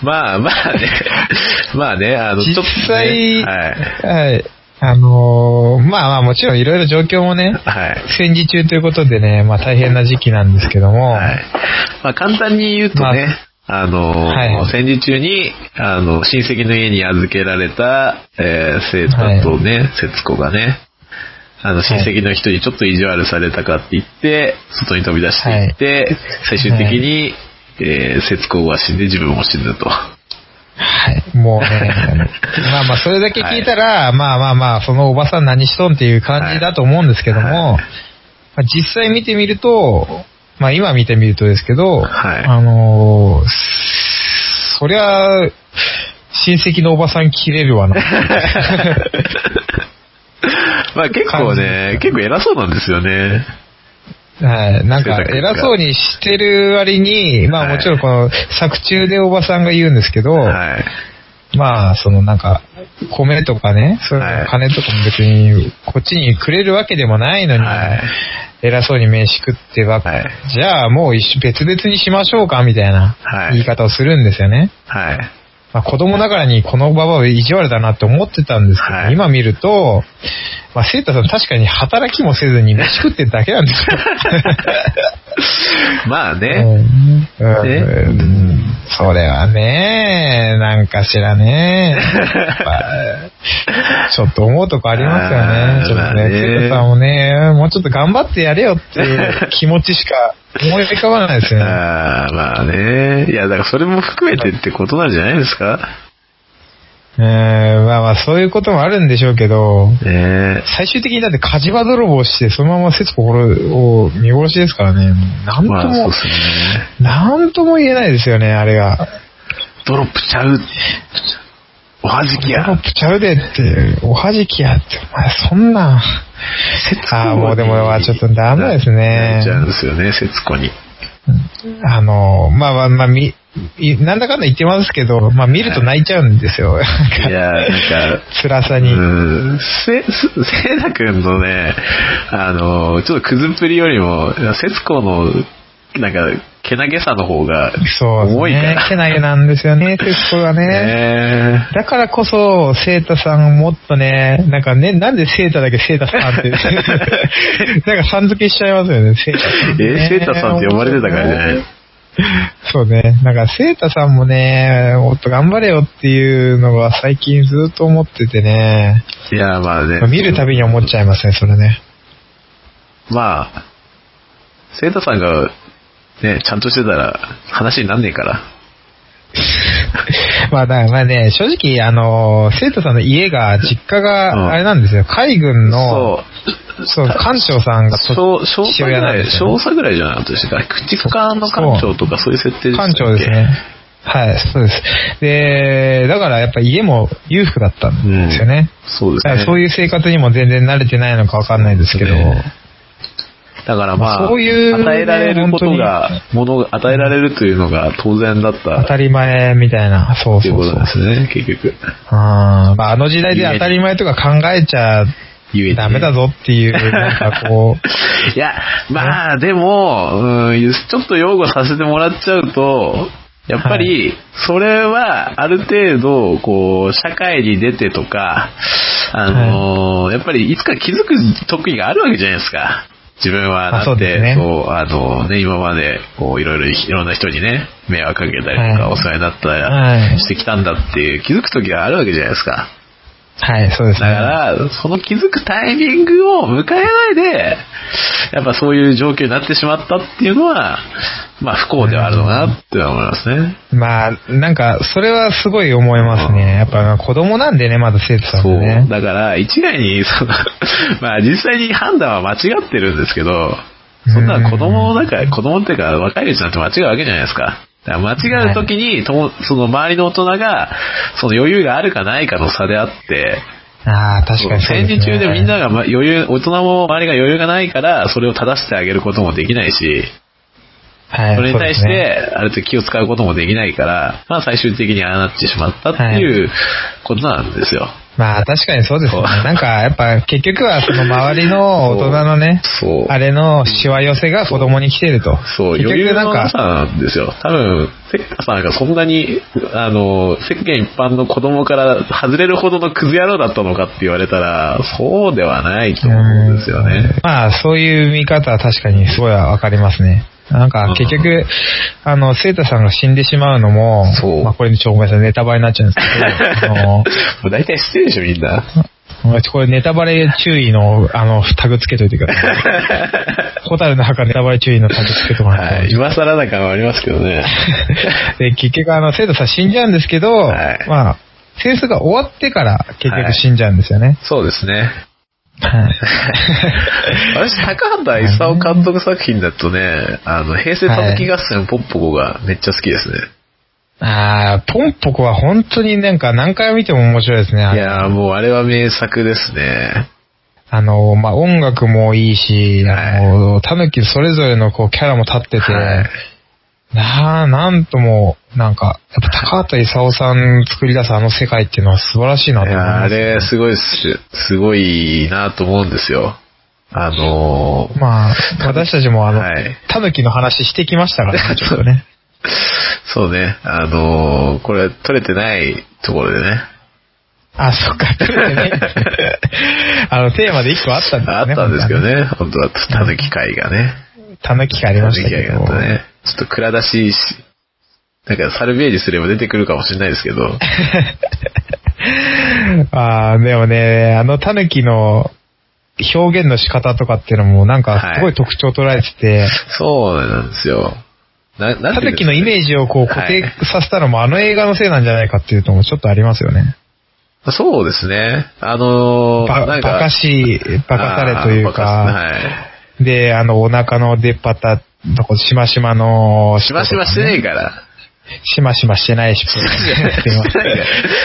S1: まあまあね、まあね、あの、ちょっ
S2: 実
S1: と、ね。
S2: 際、
S1: はい。
S2: はい。あのーまあまあもちろんいろいろ状況もね、
S1: はい。
S2: 戦時中ということでね、まあ大変な時期なんですけども、
S1: はい。まあ、簡単に言うとね、あの、
S2: はい
S1: 戦時中に、あの、親戚の家に預けられた、えー、生徒とね、節子がね、あの、親戚の人にちょっと意地悪されたかって言って、外に飛び出していって、最終的に、えー、節子が死んで自分も死ぬと。
S2: はい。もうね、まあまあ、それだけ聞いたら、まあまあまあ、そのおばさん何しとんっていう感じだと思うんですけども、
S1: はい
S2: まあ実際見てみると、まあ今見てみるとですけど、
S1: はい
S2: あのーそりゃ、親戚のおばさん切れるわな。
S1: まあ結構ね
S2: 感じですね、
S1: 結構偉そうなんですよね。
S2: はい。なんか、偉そうにしてる割に、まあ
S1: はい
S2: もちろんこの作中でおばさんが言うんですけど、
S1: はい。
S2: まあ、そのなんか、米とかね、そういう
S1: はい
S2: 金とかも別に、こっちにくれるわけでもないのに、
S1: はい
S2: 偉そうに飯食ってばっか、
S1: はい
S2: じゃあもう一緒別々にしましょうか、みたいな
S1: はい
S2: 言い方をするんですよね。
S1: はい。
S2: まあ、子供ながらにこのババアは意地悪だなって思ってたんですけど、
S1: はい
S2: 今見ると、まあ、セータさん確かに働きもせずに飯食ってるだけな んです
S1: まあ
S2: よ。
S1: ね、
S2: うんうんそれはね、なんかし らね。やっぱちょっと思うとこありますよね
S1: あ。ー
S2: ちょっと
S1: まあ
S2: ね、
S1: ね
S2: セイタさんもね、もうちょっと頑張ってやれよっていう気持ちしか思い浮かばないですよね。
S1: あーまあね、いや、だからそれも含めてってことなんじゃないですか。
S2: うん、まあまあそういうこともあるんでしょうけど、
S1: ね
S2: 最終的にだって火事場泥棒して、そのまま節子を見殺しですからね、なんと
S1: まあそう
S2: も
S1: で、すね。
S2: なんとも言えないですよね、あれが。
S1: ドロップちゃう。おはじきや
S2: ドロ。ップちゃうでって、おはじきやって、お前そんな。ああ、もうでも、ちょっとダメです
S1: な
S2: ね
S1: っち。ゃうんですよね、節子に。
S2: あの、まあまあまあ、み、いなんだかんだ言ってますけど、まあ見ると泣いちゃうんですよ。
S1: いやー、なんか、
S2: 辛さ
S1: う
S2: に。
S1: ん、せ、 せ、せいなくんのね、あの、ちょっとくずんぷりよりも、節子の、なんか、けなげさの方が、
S2: そうです
S1: 重いか
S2: ね。
S1: ら
S2: けなげなんですよね、徹子がね。
S1: ね
S2: だからこそ、セータさんもっとね、なんかね、なんでセータだけセータ さんって、なんかさん付けしちゃいますよね、セータさん、
S1: えー、セータさんって呼ばれてたからじゃない
S2: そうね。なんか、セータさんもね、もっと頑張れよっていうのが最近ずっと思っててね、
S1: いやー、まあね。
S2: 見るたびに思っちゃいますね、それね。
S1: まあ、セータさんが、ね、ちゃんとしてたら、話になんねえから。
S2: まあ、だからまあね、正直、あの、生徒さんの家が、実家
S1: うん
S2: が、あれなんですよ、海軍
S1: そ
S2: の、
S1: う。
S2: そう、艦長さんがと、
S1: 小小佐
S2: 父
S1: ぐ
S2: 親な
S1: ら
S2: ん
S1: い、
S2: です
S1: 小
S2: よね
S1: 佐ぐらいじゃなかったでしたっけ駆逐艦の艦長とかそういう設定でしたっ
S2: 艦
S1: け
S2: 長ですね。はい、そうです。で、だからやっぱ家も裕福だったんですよね。
S1: そうで
S2: だ
S1: す
S2: から
S1: ね。
S2: そういう生活にも全然慣れてないのかわかんないですけ
S1: そ
S2: ど、
S1: うですねだからまあ、
S2: そういうね
S1: 与えられることが、ものが与えられるというのが当然だっ
S2: 当
S1: た
S2: た
S1: っ
S2: り前みたいな、そう
S1: てい
S2: そう
S1: こ
S2: う
S1: と
S2: そ
S1: なんで。
S2: う
S1: すね、結局。
S2: あーまあ、あの時代で当たり前とか考えちゃ
S1: ゆえに
S2: ダメだぞっていう、なんかこう、
S1: いや、まあ、でも、うん、ちょっと擁護させてもらっちゃうと、やっぱり、それは、ある程度、こう、社会に出てとか、あのーやっぱり、いつか気づく時があるわけじゃないですか。自分は、だ
S2: あそ
S1: っ
S2: うです
S1: て、
S2: ね
S1: そう、あのね、今まで、こう、いろいろ、いろんな人にね、迷惑かけたりとか、
S2: はい
S1: お世話になった
S2: は
S1: り
S2: い
S1: してきたんだっていう、気づく時があるわけじゃないですか。
S2: はい、そうで
S1: だ
S2: す
S1: か
S2: ね。
S1: ら、その気づくタイミングを迎えないで、やっぱそういう状況になってしまったっていうのは、まあ不幸ではあるのかなって思いますね。
S2: まあ、なんか、それはすごい思いますね。やっぱ子供なんでね、まだ生徒さん
S1: そう。
S2: がね。
S1: だから、一概に、その、 まあ実際に判断は間違ってるんですけど、そんな子供だから、子供っていうか若いうちなんて間違うわけじゃないですか。だから間違う時に、ともその周りの大人が、その余裕があるかないかの差であって、
S2: ああ、確かにそう
S1: 戦
S2: です、ね。
S1: 時中でみんながま余裕、大人も周りが余裕がないから、それを正してあげることもできないし、
S2: はい、
S1: それに対し
S2: そうですね
S1: て、ある程度気を使うこともできないから、まあ最終的にああなってしまったっていうことなんですよ。
S2: まあ、確かにそうですね。
S1: そう
S2: なんか、やっぱ、結局は、その周りの大人のね、
S1: そう。
S2: あれのしわ寄せが子供に来てると。
S1: そう、
S2: 結
S1: 余裕
S2: 局
S1: の
S2: なん
S1: なさ
S2: か、
S1: なんですよ。多分、セッタさんがそんなに、あの、世間一般の子供から外れるほどのクズ野郎だったのかって言われたら、そうではないと思うんですよね。
S2: まあ、そういう見方は確かにすごいわかりますね。なんか、結局、あの、セータさんが死んでしまうのも
S1: そう、
S2: まあ、これちょ、ごめんなさい、ネタバレになっちゃうんですけど、あの、
S1: もう大体知ってるでしょ、みんな。
S2: これネタバレ注意の、あの、タグつけといてくだ さい。ホタルの墓ネタバレ注意のタグつけてもらって。
S1: はい。今更な感はありますけどね。
S2: で、結局あの、生徒さん死んじゃうんですけど、
S1: はい
S2: まあ、戦争が終わってから結
S1: は
S2: 局
S1: い
S2: 死んじゃうんですよね。
S1: そうですね。
S2: はい。
S1: 私、高畑勲監督作品だとね、あの、平成たぬき合戦ポンポコがめっちゃ好きですね。
S2: あー、ポンポコは本当になんか何回見ても面白いですね。あ
S1: いやーもうあれは名作ですね。
S2: あの、まあ、音楽もいいし、
S1: はい
S2: あの、タヌキそれぞれのこうキャラも立ってて、
S1: はい
S2: なあ、なんとも、なんか、やっぱ高畑勲さん作り出すあの世界っていうのは素晴らしいなと
S1: い
S2: 思い
S1: やー
S2: ま
S1: あ
S2: す、
S1: れ、すごいっす、すごいなと思うんですよ。あのー
S2: まあ、私たちもあの、
S1: はい
S2: タヌキの話してきました からね、ちょっとね。
S1: そうね、あのーこれ、取れてないところでね。
S2: あ、そっか、来るね。 あの、テーマで一個あったんですね。
S1: あったんですけど
S2: 本
S1: ね、本当は、たぬき会がね。
S2: 当はね。タヌキがあり
S1: た
S2: ま
S1: ぬ
S2: した
S1: き
S2: け
S1: 会
S2: ど。
S1: があったね。ちょっと蔵出しし、なんかサルベージすれば出てくるかもしれないですけ ど。
S2: ああ、でもね、あのタヌキの表現の仕方とかっていうのもなんかすごい特徴捉えてて、
S1: そうなんですよ。な、なん
S2: タ
S1: ていうんで
S2: ヌ
S1: す
S2: キ
S1: か
S2: の
S1: ね
S2: イメージをこう固定させたのもあの映画のせいなんじゃないかっていうのもちょっとありますよね。
S1: そうですね。あのー
S2: ば、
S1: な
S2: ば
S1: んか
S2: かし、ばかされという
S1: あー
S2: か、
S1: バカすはい。
S2: で、あのお腹の出っ張ったとこ、しましまの、
S1: しましましてねえから。
S2: しましましてないし、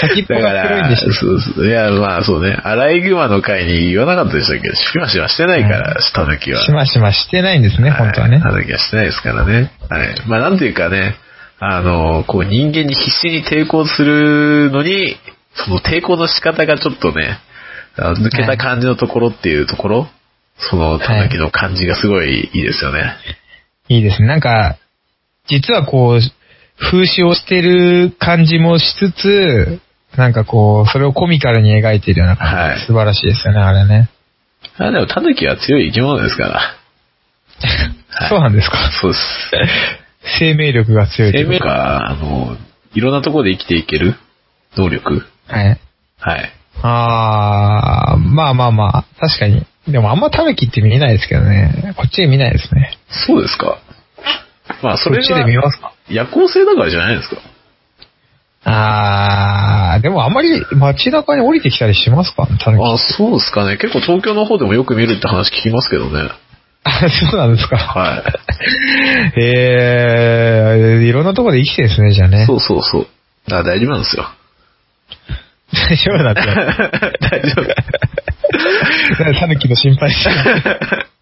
S2: 先っぽが黒いんでし
S1: だか
S2: た。
S1: らそうそういや、まあそうね。アライグマの回に言わなかったでしたけど、しましましてないから、下抜きは。
S2: しましましてないんですね、
S1: い
S2: 本当はね。
S1: 下抜きはしてないですからね。はい。まあなんていうかね、あの、こう人間に必死に抵抗するのに、その抵抗の仕方がちょっとね、あの抜けた感じのところっていうところ、そのタヌキの感じがすごいいいですよね。
S2: いいですね。なんか、実はこう、風刺をしてる感じもしつつ、なんかこう、それをコミカルに描いてるような感じ、
S1: はい
S2: 素晴らしいですよね、あれね。
S1: あでもタヌキは強い生き物ですから。はい
S2: そうなんですか。
S1: そうです。
S2: 生命力が強いとい
S1: 生
S2: うか
S1: 命が、あの、いろんなところで生きていける能力。
S2: はい。
S1: はい。
S2: あー、まあまあまあ、確かに。でもあんまタヌキって見えないですけどね。こっちで見ないですね。
S1: そうですか。まあ、そ
S2: こ
S1: れ
S2: っちで
S1: が
S2: 見ますか
S1: 夜行性だからじゃないですか。
S2: あー、でもあんまり街中に降りてきたりしますかタヌキ。
S1: あ、そうですかね。結構東京の方でもよく見るって話聞きますけどね。
S2: あ、 そうなんですか。
S1: は
S2: えー、いろんなところで生きてるんですね、じゃあ
S1: い。
S2: ね。
S1: そうそうそう。だから大丈夫なんですよ。
S2: 大丈夫だって。
S1: 大丈
S2: タヌキの心配して る。
S1: 夫。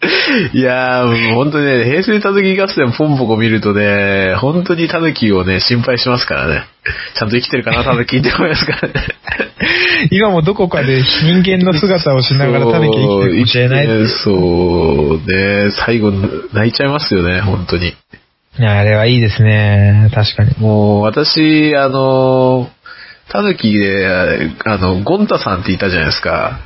S1: いやー、もう本当にね、平成たぬき合戦ポンポコ見るとね、本当にたぬきをね、心配しますからね。ちゃんと生きてるかな、たぬきって思いますから ね。
S2: 今もどこかで人間の姿をしながらタヌキ生きてるかもしれないって。
S1: そうね、最後泣いちゃいますよね、本当に。
S2: いやあれはいいですね。確かに。
S1: もう、私、あの、たぬきで、あの、ゴンタさんっていたじゃないですか。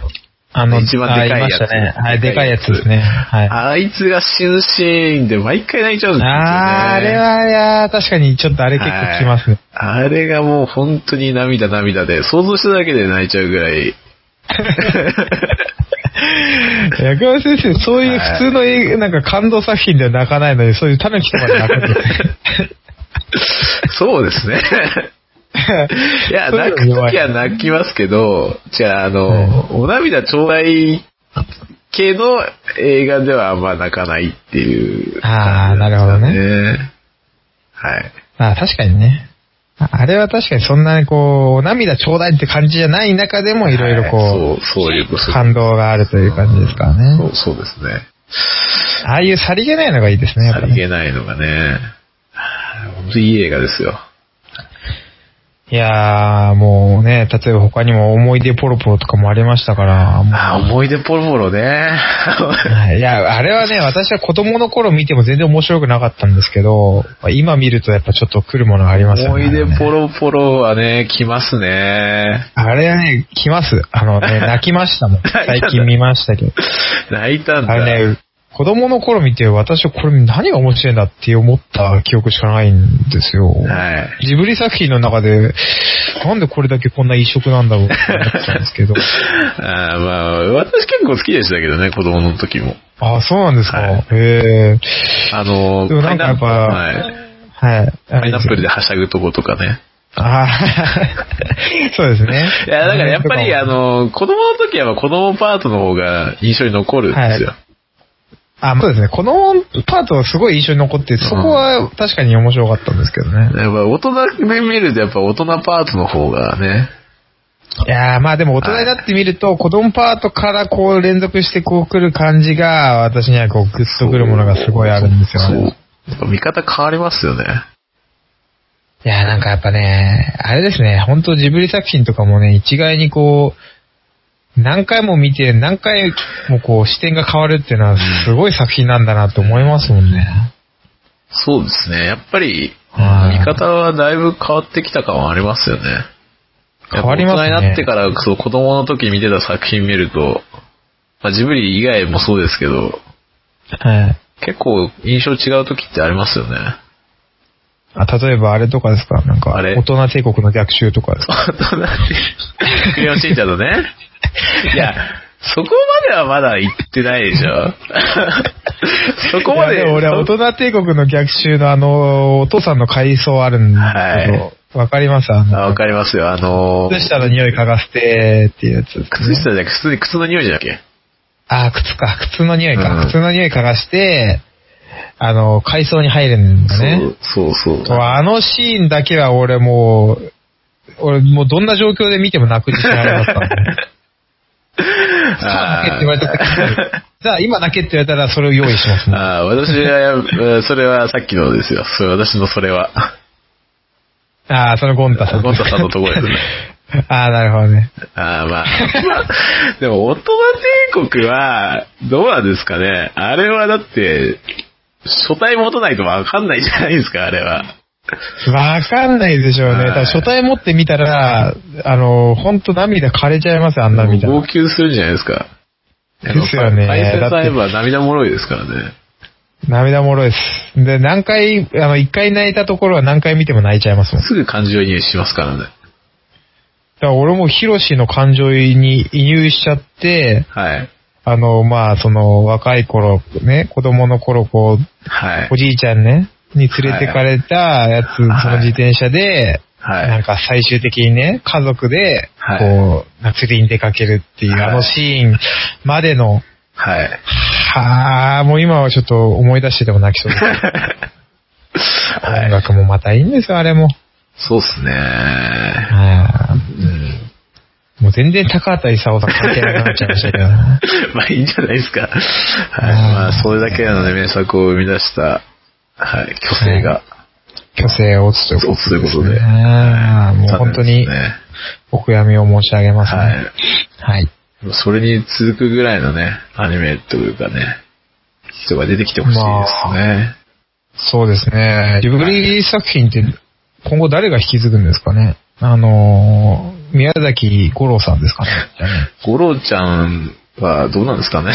S2: あの、
S1: 一番でかいやつ
S2: あましたね。はい、でかいやつですね。はい。あ
S1: あいつが死ぬシーンで毎回泣いちゃうんですよ、ね。
S2: あー、あれは、いやー確かにちょっとあれ結構きますね。
S1: はいあれがもう本当に涙涙で、想像しただけで泣いちゃうぐらい。
S2: 薬丸先生、そういう普通の映画、なんか感動作品では泣かないのに、そういうタヌキとかで泣くんですね。
S1: そうです ね。いや、
S2: そうい
S1: 泣
S2: う
S1: く
S2: の
S1: と
S2: 弱い
S1: きは泣きますけど、じゃあ、あの、お涙ちょうだい系の映画ではあんま泣かないっていう
S2: あー
S1: 感じんですよね。はい。
S2: まあ確かにね。ああれは確かにそんなにこう、お涙ちょうだいって感じじゃない中でもいろいろこ
S1: はいそう、そういうこと
S2: う、感動があるという感じですからね。
S1: そう、そうですね。
S2: ああいうさりげないのがいいですね、やっ
S1: さ
S2: ぱ
S1: り
S2: ね。
S1: げないのがね、はあ本当にいい映画ですよ。
S2: いやー、もうね、例えば他にも思い出ポロポロとかもありましたから、もう
S1: ああ、思い出ポロポロね。
S2: はいいや、あれはね、私は子供の頃見ても全然面白くなかったんですけど、まあ今見るとやっぱちょっと来るものがありますよ
S1: 思
S2: ね。
S1: い出ポ
S2: ロ。
S1: ロポロはね、来ますね。
S2: あれはね、来ます。あ のね、泣きましたもん。最近見ましたけど。
S1: 泣いたんだ。
S2: あれね、子供の頃見て、私はこれ何が面白いんだって思った記憶しかないんですよ。
S1: はい。
S2: ジブリ作品の中で、なんでこれだけこんな異色なんだろうって思ってたんですけ ど。
S1: あーまあ、私結構好きでしたけどね、子供の時も。
S2: ああ、そうなんですか。
S1: はい
S2: へえ。
S1: あの、
S2: でもなんかやっぱ、
S1: パ
S2: は
S1: イナ
S2: い
S1: ップルはい。パ
S2: パ
S1: イナップルではしゃぐとことかね。
S2: ああ、 そうですね。
S1: いや、だからやっぱり、あの、子供の時は子供パートの方が印象に残るんですよ。
S2: あ、そうですね。このパートはすごい印象に残って、そこは確かに面白かったんですけどね。
S1: やっぱ大人で見るとやっぱ大人パートの方がね、
S2: いやーまあでも大人になってみると、子供パートからこう連続してこう来る感じが、私にはこうグッとくるものがすごいあるんですよね。
S1: そう。やっぱ見方変わりますよね。
S2: いやーなんかやっぱね、あれですね、本当ジブリ作品とかもね、一概にこう、何回も見て、何回もこう視点が変わるっていうのはすごい作品なんだなと思いますもんね。
S1: そうですね。やっぱり、
S2: はい
S1: 見方はだいぶ変わってきた感はありますよね。
S2: 変わりますね
S1: やっぱ大人になってから、そう、子供の時見てた作品見ると、まあ、ジブリ以外もそうですけど、
S2: はい。
S1: 結構印象違う時ってありますよね。
S2: あ例えばあれとかですかなんか、
S1: あれ
S2: 大人帝国の逆襲とかですか
S1: 大人で、クレヨンしんちゃんのね。いや、そこまではまだ行ってないでし ょ。そこま
S2: い
S1: で。
S2: やも俺は大人帝国の逆襲のあの、お父さんの回想あるんだけど、
S1: は
S2: わかりますあ
S1: あ
S2: の、
S1: わかりますよ。あのー
S2: 靴下の匂い嗅がせてっていうやつですね、
S1: 靴下じゃなくて、靴靴の匂いじゃなきゃ。
S2: あー、靴か。靴の匂いか。
S1: うん
S2: 靴の匂い嗅がして、あの、海藻に入るんだね。
S1: そうそうそう。
S2: あのシーンだけは俺もう、俺もうどんな状況で見ても泣く自信ありますから ね。
S1: あ
S2: 今泣けって言われた ら、じゃあ今泣けって言われたらそれを用意します
S1: ー
S2: ね。
S1: あー、私は、えー それはさっきのですよ。それ私のそれ は。
S2: ああ、そのゴンタさん。
S1: ゴンタさんのところですね。
S2: ああ、なるほどね。
S1: あーま あ。でも、大人帝国は、どうなんですかね。あれはだって、書体持たないとわかんないじゃないですか、あれは。
S2: わかんないでしょうね。
S1: はい
S2: だから書体持ってみたら、あの、ほんと涙枯れちゃいますよ、あんなみたい
S1: 号
S2: な。
S1: 泣するんじゃないですか。
S2: ですよね
S1: パイセンサイバー涙もろいですからね。
S2: 涙もろいです。で、何回、あの、一回泣いたところは何回見ても泣いちゃいますもん。だか
S1: すぐ感情移入しますからね。
S2: ら俺もヒロシの感情に移入しちゃって、
S1: はい。
S2: あの、まあ、その、若い頃、ね、子供の頃、こう、
S1: はい
S2: お。じいちゃんね、に連れてかれたやつ、そ
S1: はい
S2: の自転車で、
S1: はい
S2: なんか最終的にね、家族で、
S1: はい
S2: こう、祭りに出かけるっていう、
S1: はい
S2: あのシーンまでの、
S1: はい。
S2: はあ、もう今はちょっと思い出してでも泣きそ うです。
S1: はい
S2: 音楽もまたいいんですよ、あれも。
S1: そうっすね。
S2: あ
S1: うん。
S2: ーもう全然高畑勲さん関係なくなっちゃいましたけど。
S1: まあいいんじゃないですか。はい。まあ、それだけのね、名作を生み出した、はい、虚勢が。
S2: 虚勢を打つということ
S1: そういうことで
S2: あーもう
S1: 残
S2: 本
S1: 念
S2: 当
S1: で
S2: に
S1: すね
S2: お悔やみを申し上げますね。
S1: はい。
S2: はい。
S1: それに続くぐらいのね、アニメというかね、人が出てきてほしいですね。
S2: そうですね。ジブリ作品って今後誰が引き継ぐんですかねあのー、宮崎五郎さん ですかね。
S1: 五郎ちゃんはどうなんですかね。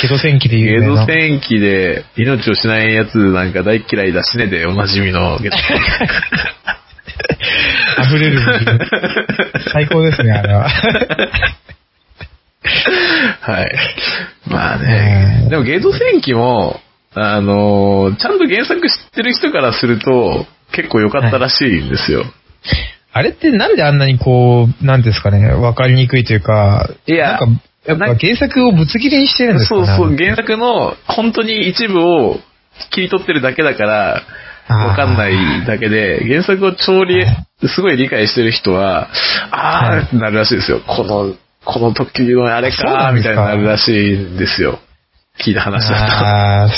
S2: ゲド戦記で
S1: ゲ
S2: 有名
S1: ド
S2: な。
S1: 戦記で命をしないやつなんか大嫌いだしねでおなじみのゲド戦
S2: 溢れる最高ですね、あれは。
S1: 記。 はい。まあね
S2: う。ん
S1: でもゲド戦記も、あのーちゃんと原作知ってる人からすると結構良かったらしいんですよ。
S2: あれってなんであんなにこう、なんですかね、わかりにくいというか、
S1: いや
S2: なんか、やっぱ原作をぶつ切りにしてるんですか
S1: そう
S2: ね
S1: そう、原作の本当に一部を切り取ってるだけだから、
S2: あー
S1: わかんないだけで、原作を調理、すごい理解してる人は、あーってなるらしいですよ。この、この時のあれ
S2: あそう
S1: か
S2: な
S1: ー
S2: ん
S1: み
S2: です
S1: たい
S2: か
S1: になるらしいんですよ。聞いた話だ
S2: あー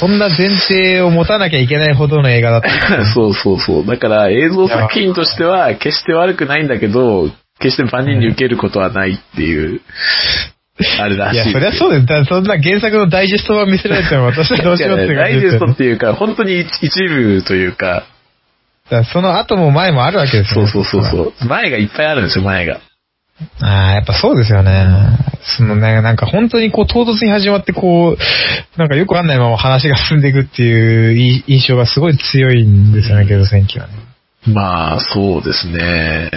S2: そんな前提を持たなきゃいけないほどの映画だった。
S1: と。 そうそうそう。だから映像作品としては決して悪くないんだけど、決して万人に受けることはないっていう、あれらし
S2: い
S1: い
S2: や、
S1: ですよ。
S2: そりゃそうです。だそんな原作のダイジェスト版見せられても私はどうしようっていう
S1: ダ
S2: 感
S1: イ
S2: じ
S1: ジェ
S2: です
S1: ス
S2: よ
S1: ト
S2: ね
S1: っていうか、本当に一一部というか、
S2: だからその後も前もあるわけです
S1: そ
S2: よ
S1: う
S2: ね。
S1: そうそうそう。前がいっぱいあるんですよ、前が。
S2: ああ、やっぱそうですよね。そのね、なんか本当にこう唐突に始まってこう、なんかよくわかんないまま話が進んでいくっていうい印象がすごい強いんですよね、ゲド戦記はね。
S1: まあ、そうですね。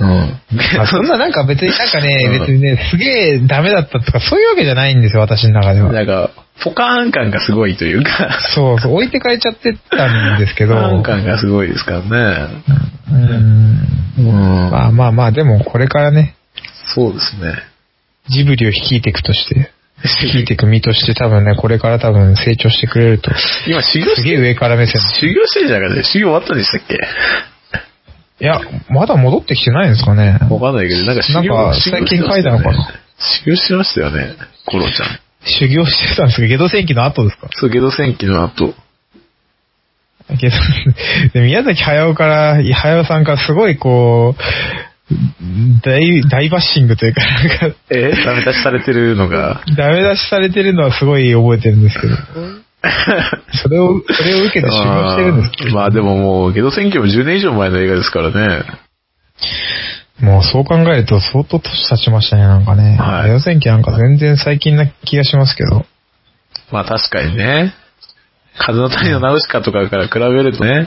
S1: うん。
S2: あそんななんか別になんか
S1: うん
S2: ね、別にね、すげえダメだったとか、そういうわけじゃないんですよ、私の中では。
S1: なんか、ポカーン感がすごいというか、
S2: そうそう、置いてかれちゃってたんですけ
S1: ポ
S2: ど。
S1: カーン感がすごいですからね。
S2: うん。
S1: うん。
S2: まあまあまあ、でもこれからね、
S1: そうですね。
S2: ジブリを率いていく として、率いていく身として多分ね、これから多分成長してくれると。
S1: 今、修行し
S2: すげ
S1: て、
S2: え上から目線。
S1: 修行してるじゃなくて、修行終わったんでしたっけ
S2: いや、まだ戻ってきてないんですかね。
S1: わかんないけど、なんか修行
S2: なんか
S1: 修行
S2: 最近
S1: してましたよね
S2: 書いたのかな
S1: 修行してましたよね、コロちゃん。
S2: 修行してたんですけど、ゲド戦記の後ですか
S1: そう、ゲド戦記の後。
S2: ゲド で宮崎駿から、駿さんからすごいこう、大、大バッシングというか、なんか、
S1: えダメ出しされてるの が。
S2: ダメ出しされてるのはすごい覚えてるんですけど、それを、それを受けて修行してるんですけ
S1: あーまあでももう、ゲド戦記も10年以上前の映画ですからね。
S2: ど、もうそう考えると相当年経ちましたね、なんかね。
S1: はい
S2: ゲド戦記なんか全然最近な気がしますけど。
S1: まあ確かにね。風の谷のナウシカとかから比べるとね。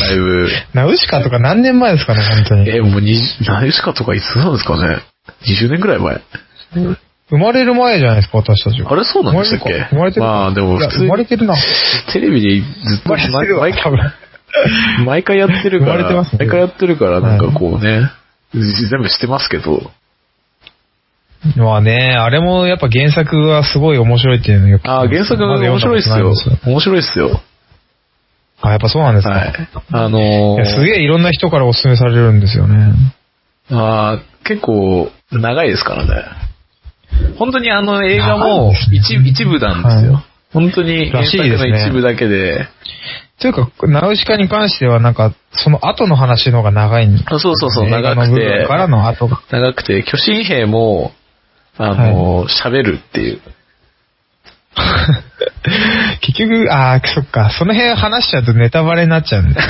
S1: だいぶ。
S2: ナウシカとか何年前ですかね、本当に。
S1: え、もう20、ナウシカとかいつなんですかね ?20 年くらい前。
S2: 生まれる前じゃないですか、私たちは。
S1: あれそうなんでしたっけ
S2: 生まれてるか
S1: まあでも
S2: い
S1: 普
S2: や
S1: 通
S2: 生
S1: に
S2: まれてるな。
S1: テレビでずっと
S2: 生まれて
S1: 毎
S2: るわ
S1: 毎
S2: 多分
S1: 回、毎回やってるか
S2: 生まれて
S1: ら、
S2: ますね
S1: 毎回やってるからなんかこうね、全部してますけど。
S2: まあね、あれもやっぱ原作はすごい面白いっていうのよく聞き
S1: あ
S2: ま
S1: あ、
S2: す
S1: 原作が面白いっすよ
S2: まだ読んだことないんです。
S1: 面白いっすよ。
S2: あ、やっぱそうなんですか。
S1: はい。あの
S2: いやす
S1: ー、
S2: げえいろんな人からお勧めされるんですよね。
S1: あー結構長いですからね。本当にあの映画
S2: 長い
S1: も
S2: ですね
S1: 一一部なんです
S2: は
S1: よ
S2: い。
S1: 本当に原作
S2: らしいで
S1: の
S2: すね
S1: 一部だけで。
S2: というか、ナウシカに関してはなんか、その後の話の方が長いんです
S1: あそうそうそう、
S2: ね
S1: 長く
S2: 映画の部
S1: て
S2: 分、からの後が。
S1: 長くて、巨神兵も、あのー、喋、るっていう。
S2: 結局、ああ、そっか。その辺話しちゃうとネタバレになっち ゃうんで。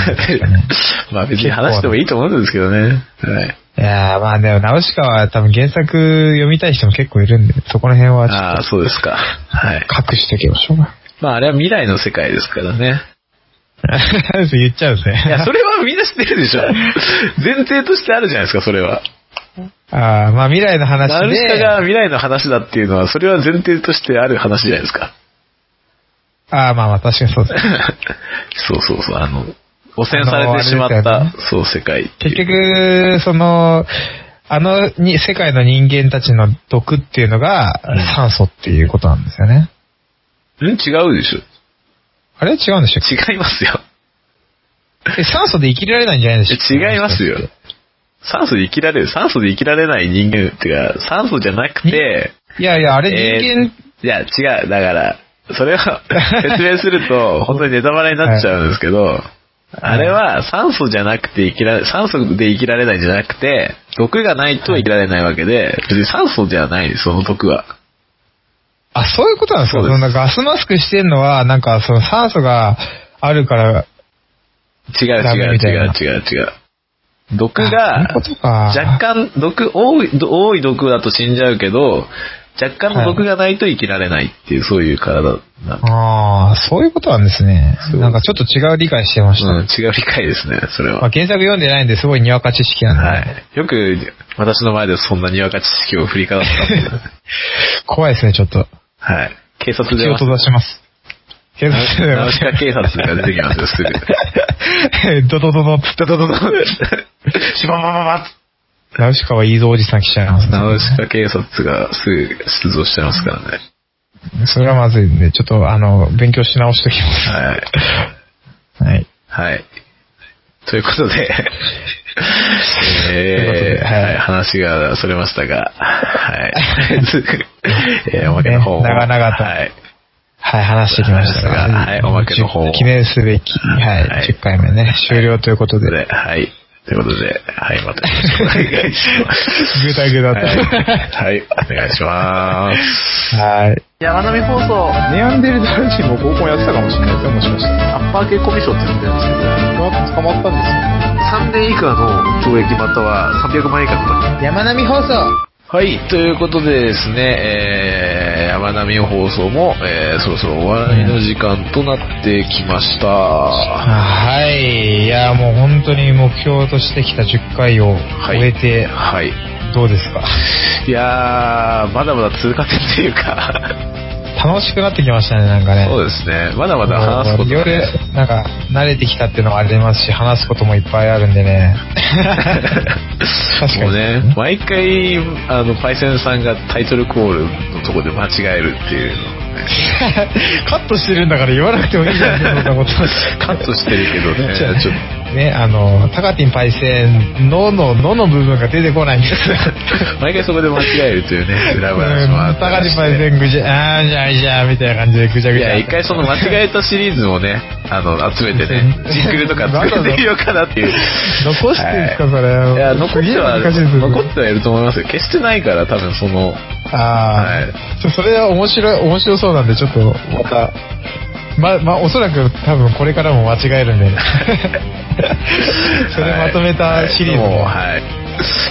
S1: まあ別に話してもいいと思うんですけどね。はい。
S2: いやーまあでも、ナウシカは多分原作読みたい人も結構いるんで、そこら辺はち
S1: ああ、そうですか。はい。
S2: ょっと隠しておきまし ょうか。
S1: まああれは未来の世界ですから ね。
S2: 言っちゃうんですね。
S1: いや、それはみんな知ってるで しょ。前提としてあるじゃないですか、それは。
S2: ああ、まあ未来の話
S1: ナウシカ
S2: で。
S1: が未来の話だっていうのは、それは前提としてある話じゃないですか。
S2: ああ、まあまあ確かにそうです。
S1: そうそうそう、あの、汚染されてしまった、
S2: あのあれです
S1: そう、世界って
S2: 結
S1: いう。
S2: 局、その、あのに、世界の人間たちの毒っていうのが
S1: ん
S2: 酸素っていうことなんですよね。
S1: ん違うでしょ。
S2: あれ違うんでしょ
S1: 違いますよ。
S2: え、酸素で生きられないんじゃないんでし ょ
S1: 違いますよ。酸素で生きられる、酸素で生きられない人間っていうか、酸素じゃなくて、
S2: いやいや、あれ人間、
S1: えーいや、違う。だから、それを 説明する と、本当にネタバレになっちゃうんですけど、あれは酸素じゃなくて生きられ、酸素で生きられないんじゃなくて、毒がないと生きられないわけで、別に酸素ではないです、その毒は。
S2: あ、そういうことなんですか
S1: そう
S2: そ
S1: です
S2: んなガスマスクしてんのは、なんかその酸素があるから、
S1: 違う
S2: ダ
S1: 違
S2: メ
S1: う
S2: みたい
S1: 違う
S2: な
S1: 違う違う。毒
S2: あ
S1: が
S2: そういうこと、か
S1: 若干、毒、多い、多い毒だと死んじゃうけど、若干の毒がないと生きられないっていう、そういう体なんで
S2: ああ、そういうことなんですね
S1: そ。う
S2: なんかちょっと違う理解してました。
S1: うん、違う理解ですね、それは
S2: まあ、。原作読んでないんですごいにわか知識なんで、
S1: はい。よく、私の前でそんなにわか知識を振りかざしたもんね
S2: 怖いですね、ちょっと。
S1: はい。警察
S2: 口
S1: 出
S2: を
S1: ます
S2: 閉。ざします。警察出
S1: ナ
S2: ま
S1: ウシカ警察が出てきますよ、すぐ。
S2: す。ドドドドっつって。
S1: ドドドド。 シババババ
S2: ナウシカはいいぞおじさん来ちゃいますね。
S1: ナウシカ警察がすぐ出動しちゃいますからね。
S2: それはまずいんで、ちょっと、あの、勉強し直しときま
S1: はい。
S2: す。はい。
S1: はい。という ことで、
S2: という
S1: え
S2: こと
S1: ー
S2: ではい
S1: はい、話がそれましたが、はい。 えーおまけの
S2: ね
S1: 方も
S2: 長々と
S1: はい。
S2: はい、話してきましたが。
S1: はいおまけの方を
S2: 記念すべき、はい、
S1: はい
S2: 10回目ね、終了ということ
S1: ということ
S2: で。
S1: で、はい。ということで、はい、またよろしくお願いします。
S2: ぐだぐだと。
S1: はい、はい、お願いします。
S2: はい。
S1: 山並放送、
S2: ネアンデルタ人も合コンやってたかもしれないですよ、もしかしたら。
S1: アッパー系コミションって呼んでるんですけど、
S2: この後捕まったんですよ。
S1: 3年以下の懲役または300万円以下の罰金。
S2: 山並放送
S1: はい、ということでですね、えー、山並み放送も、えー、そろそろ終わりの時間となってきました。は
S2: はい。いや、もう本当に目標としてきた10回を終えて、
S1: い。
S2: どうですか
S1: いやー、まだまだ通過点っていうか、
S2: 楽しくなってきましたね、なんかね。
S1: そうですね、まだまだ話すこと
S2: もう
S1: ね
S2: 夜、なんか、慣れてきたっていうのもありますし、話すこともいっぱいあるんで ね。確かに
S1: もうね、毎回、あの、パイセンさんがタイトルコールのとこで間違えるっていうの、 ね、
S2: カットしてるんだから言わなくてもいいじゃん、そんなこと。
S1: カットしてるけどね、
S2: じゃあ
S1: ちょっ
S2: ね、あの、タカティンパイセン、のの、のの部分が出てこないんですよ。
S1: と、毎回そこで間違えるというね、裏話もあ
S2: うん
S1: っ
S2: タ
S1: た
S2: カ
S1: り
S2: ティン
S1: して
S2: パイセンぐじゃ、あーじゃあじゃあみたいな感じでぐちゃぐ
S1: い
S2: ちゃ。
S1: や、一回その間違えたシリーズをね、あの、集めて ね、ジングルとか作ってみようかなっていう。
S2: 残してるんですか、そ
S1: はい
S2: れ。
S1: いや、残っては、
S2: すげえ難しいですよね
S1: 残ってはいると思いますよ。決してないから、多分その、は
S2: ああ、
S1: い
S2: ちょそれは面白い、面白そうなんで、ちょっと、また、ま、ま、おそらく多分これからも間違えるん で、 それまとめたシリーズ
S1: も、
S2: も。
S1: はい。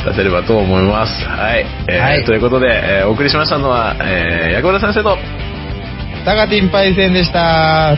S1: 出せればと思います。はい。えー
S2: はい
S1: ということで、えーお送りしましたのは、えー、薬丸先生と、
S2: タガティンパイセンでした。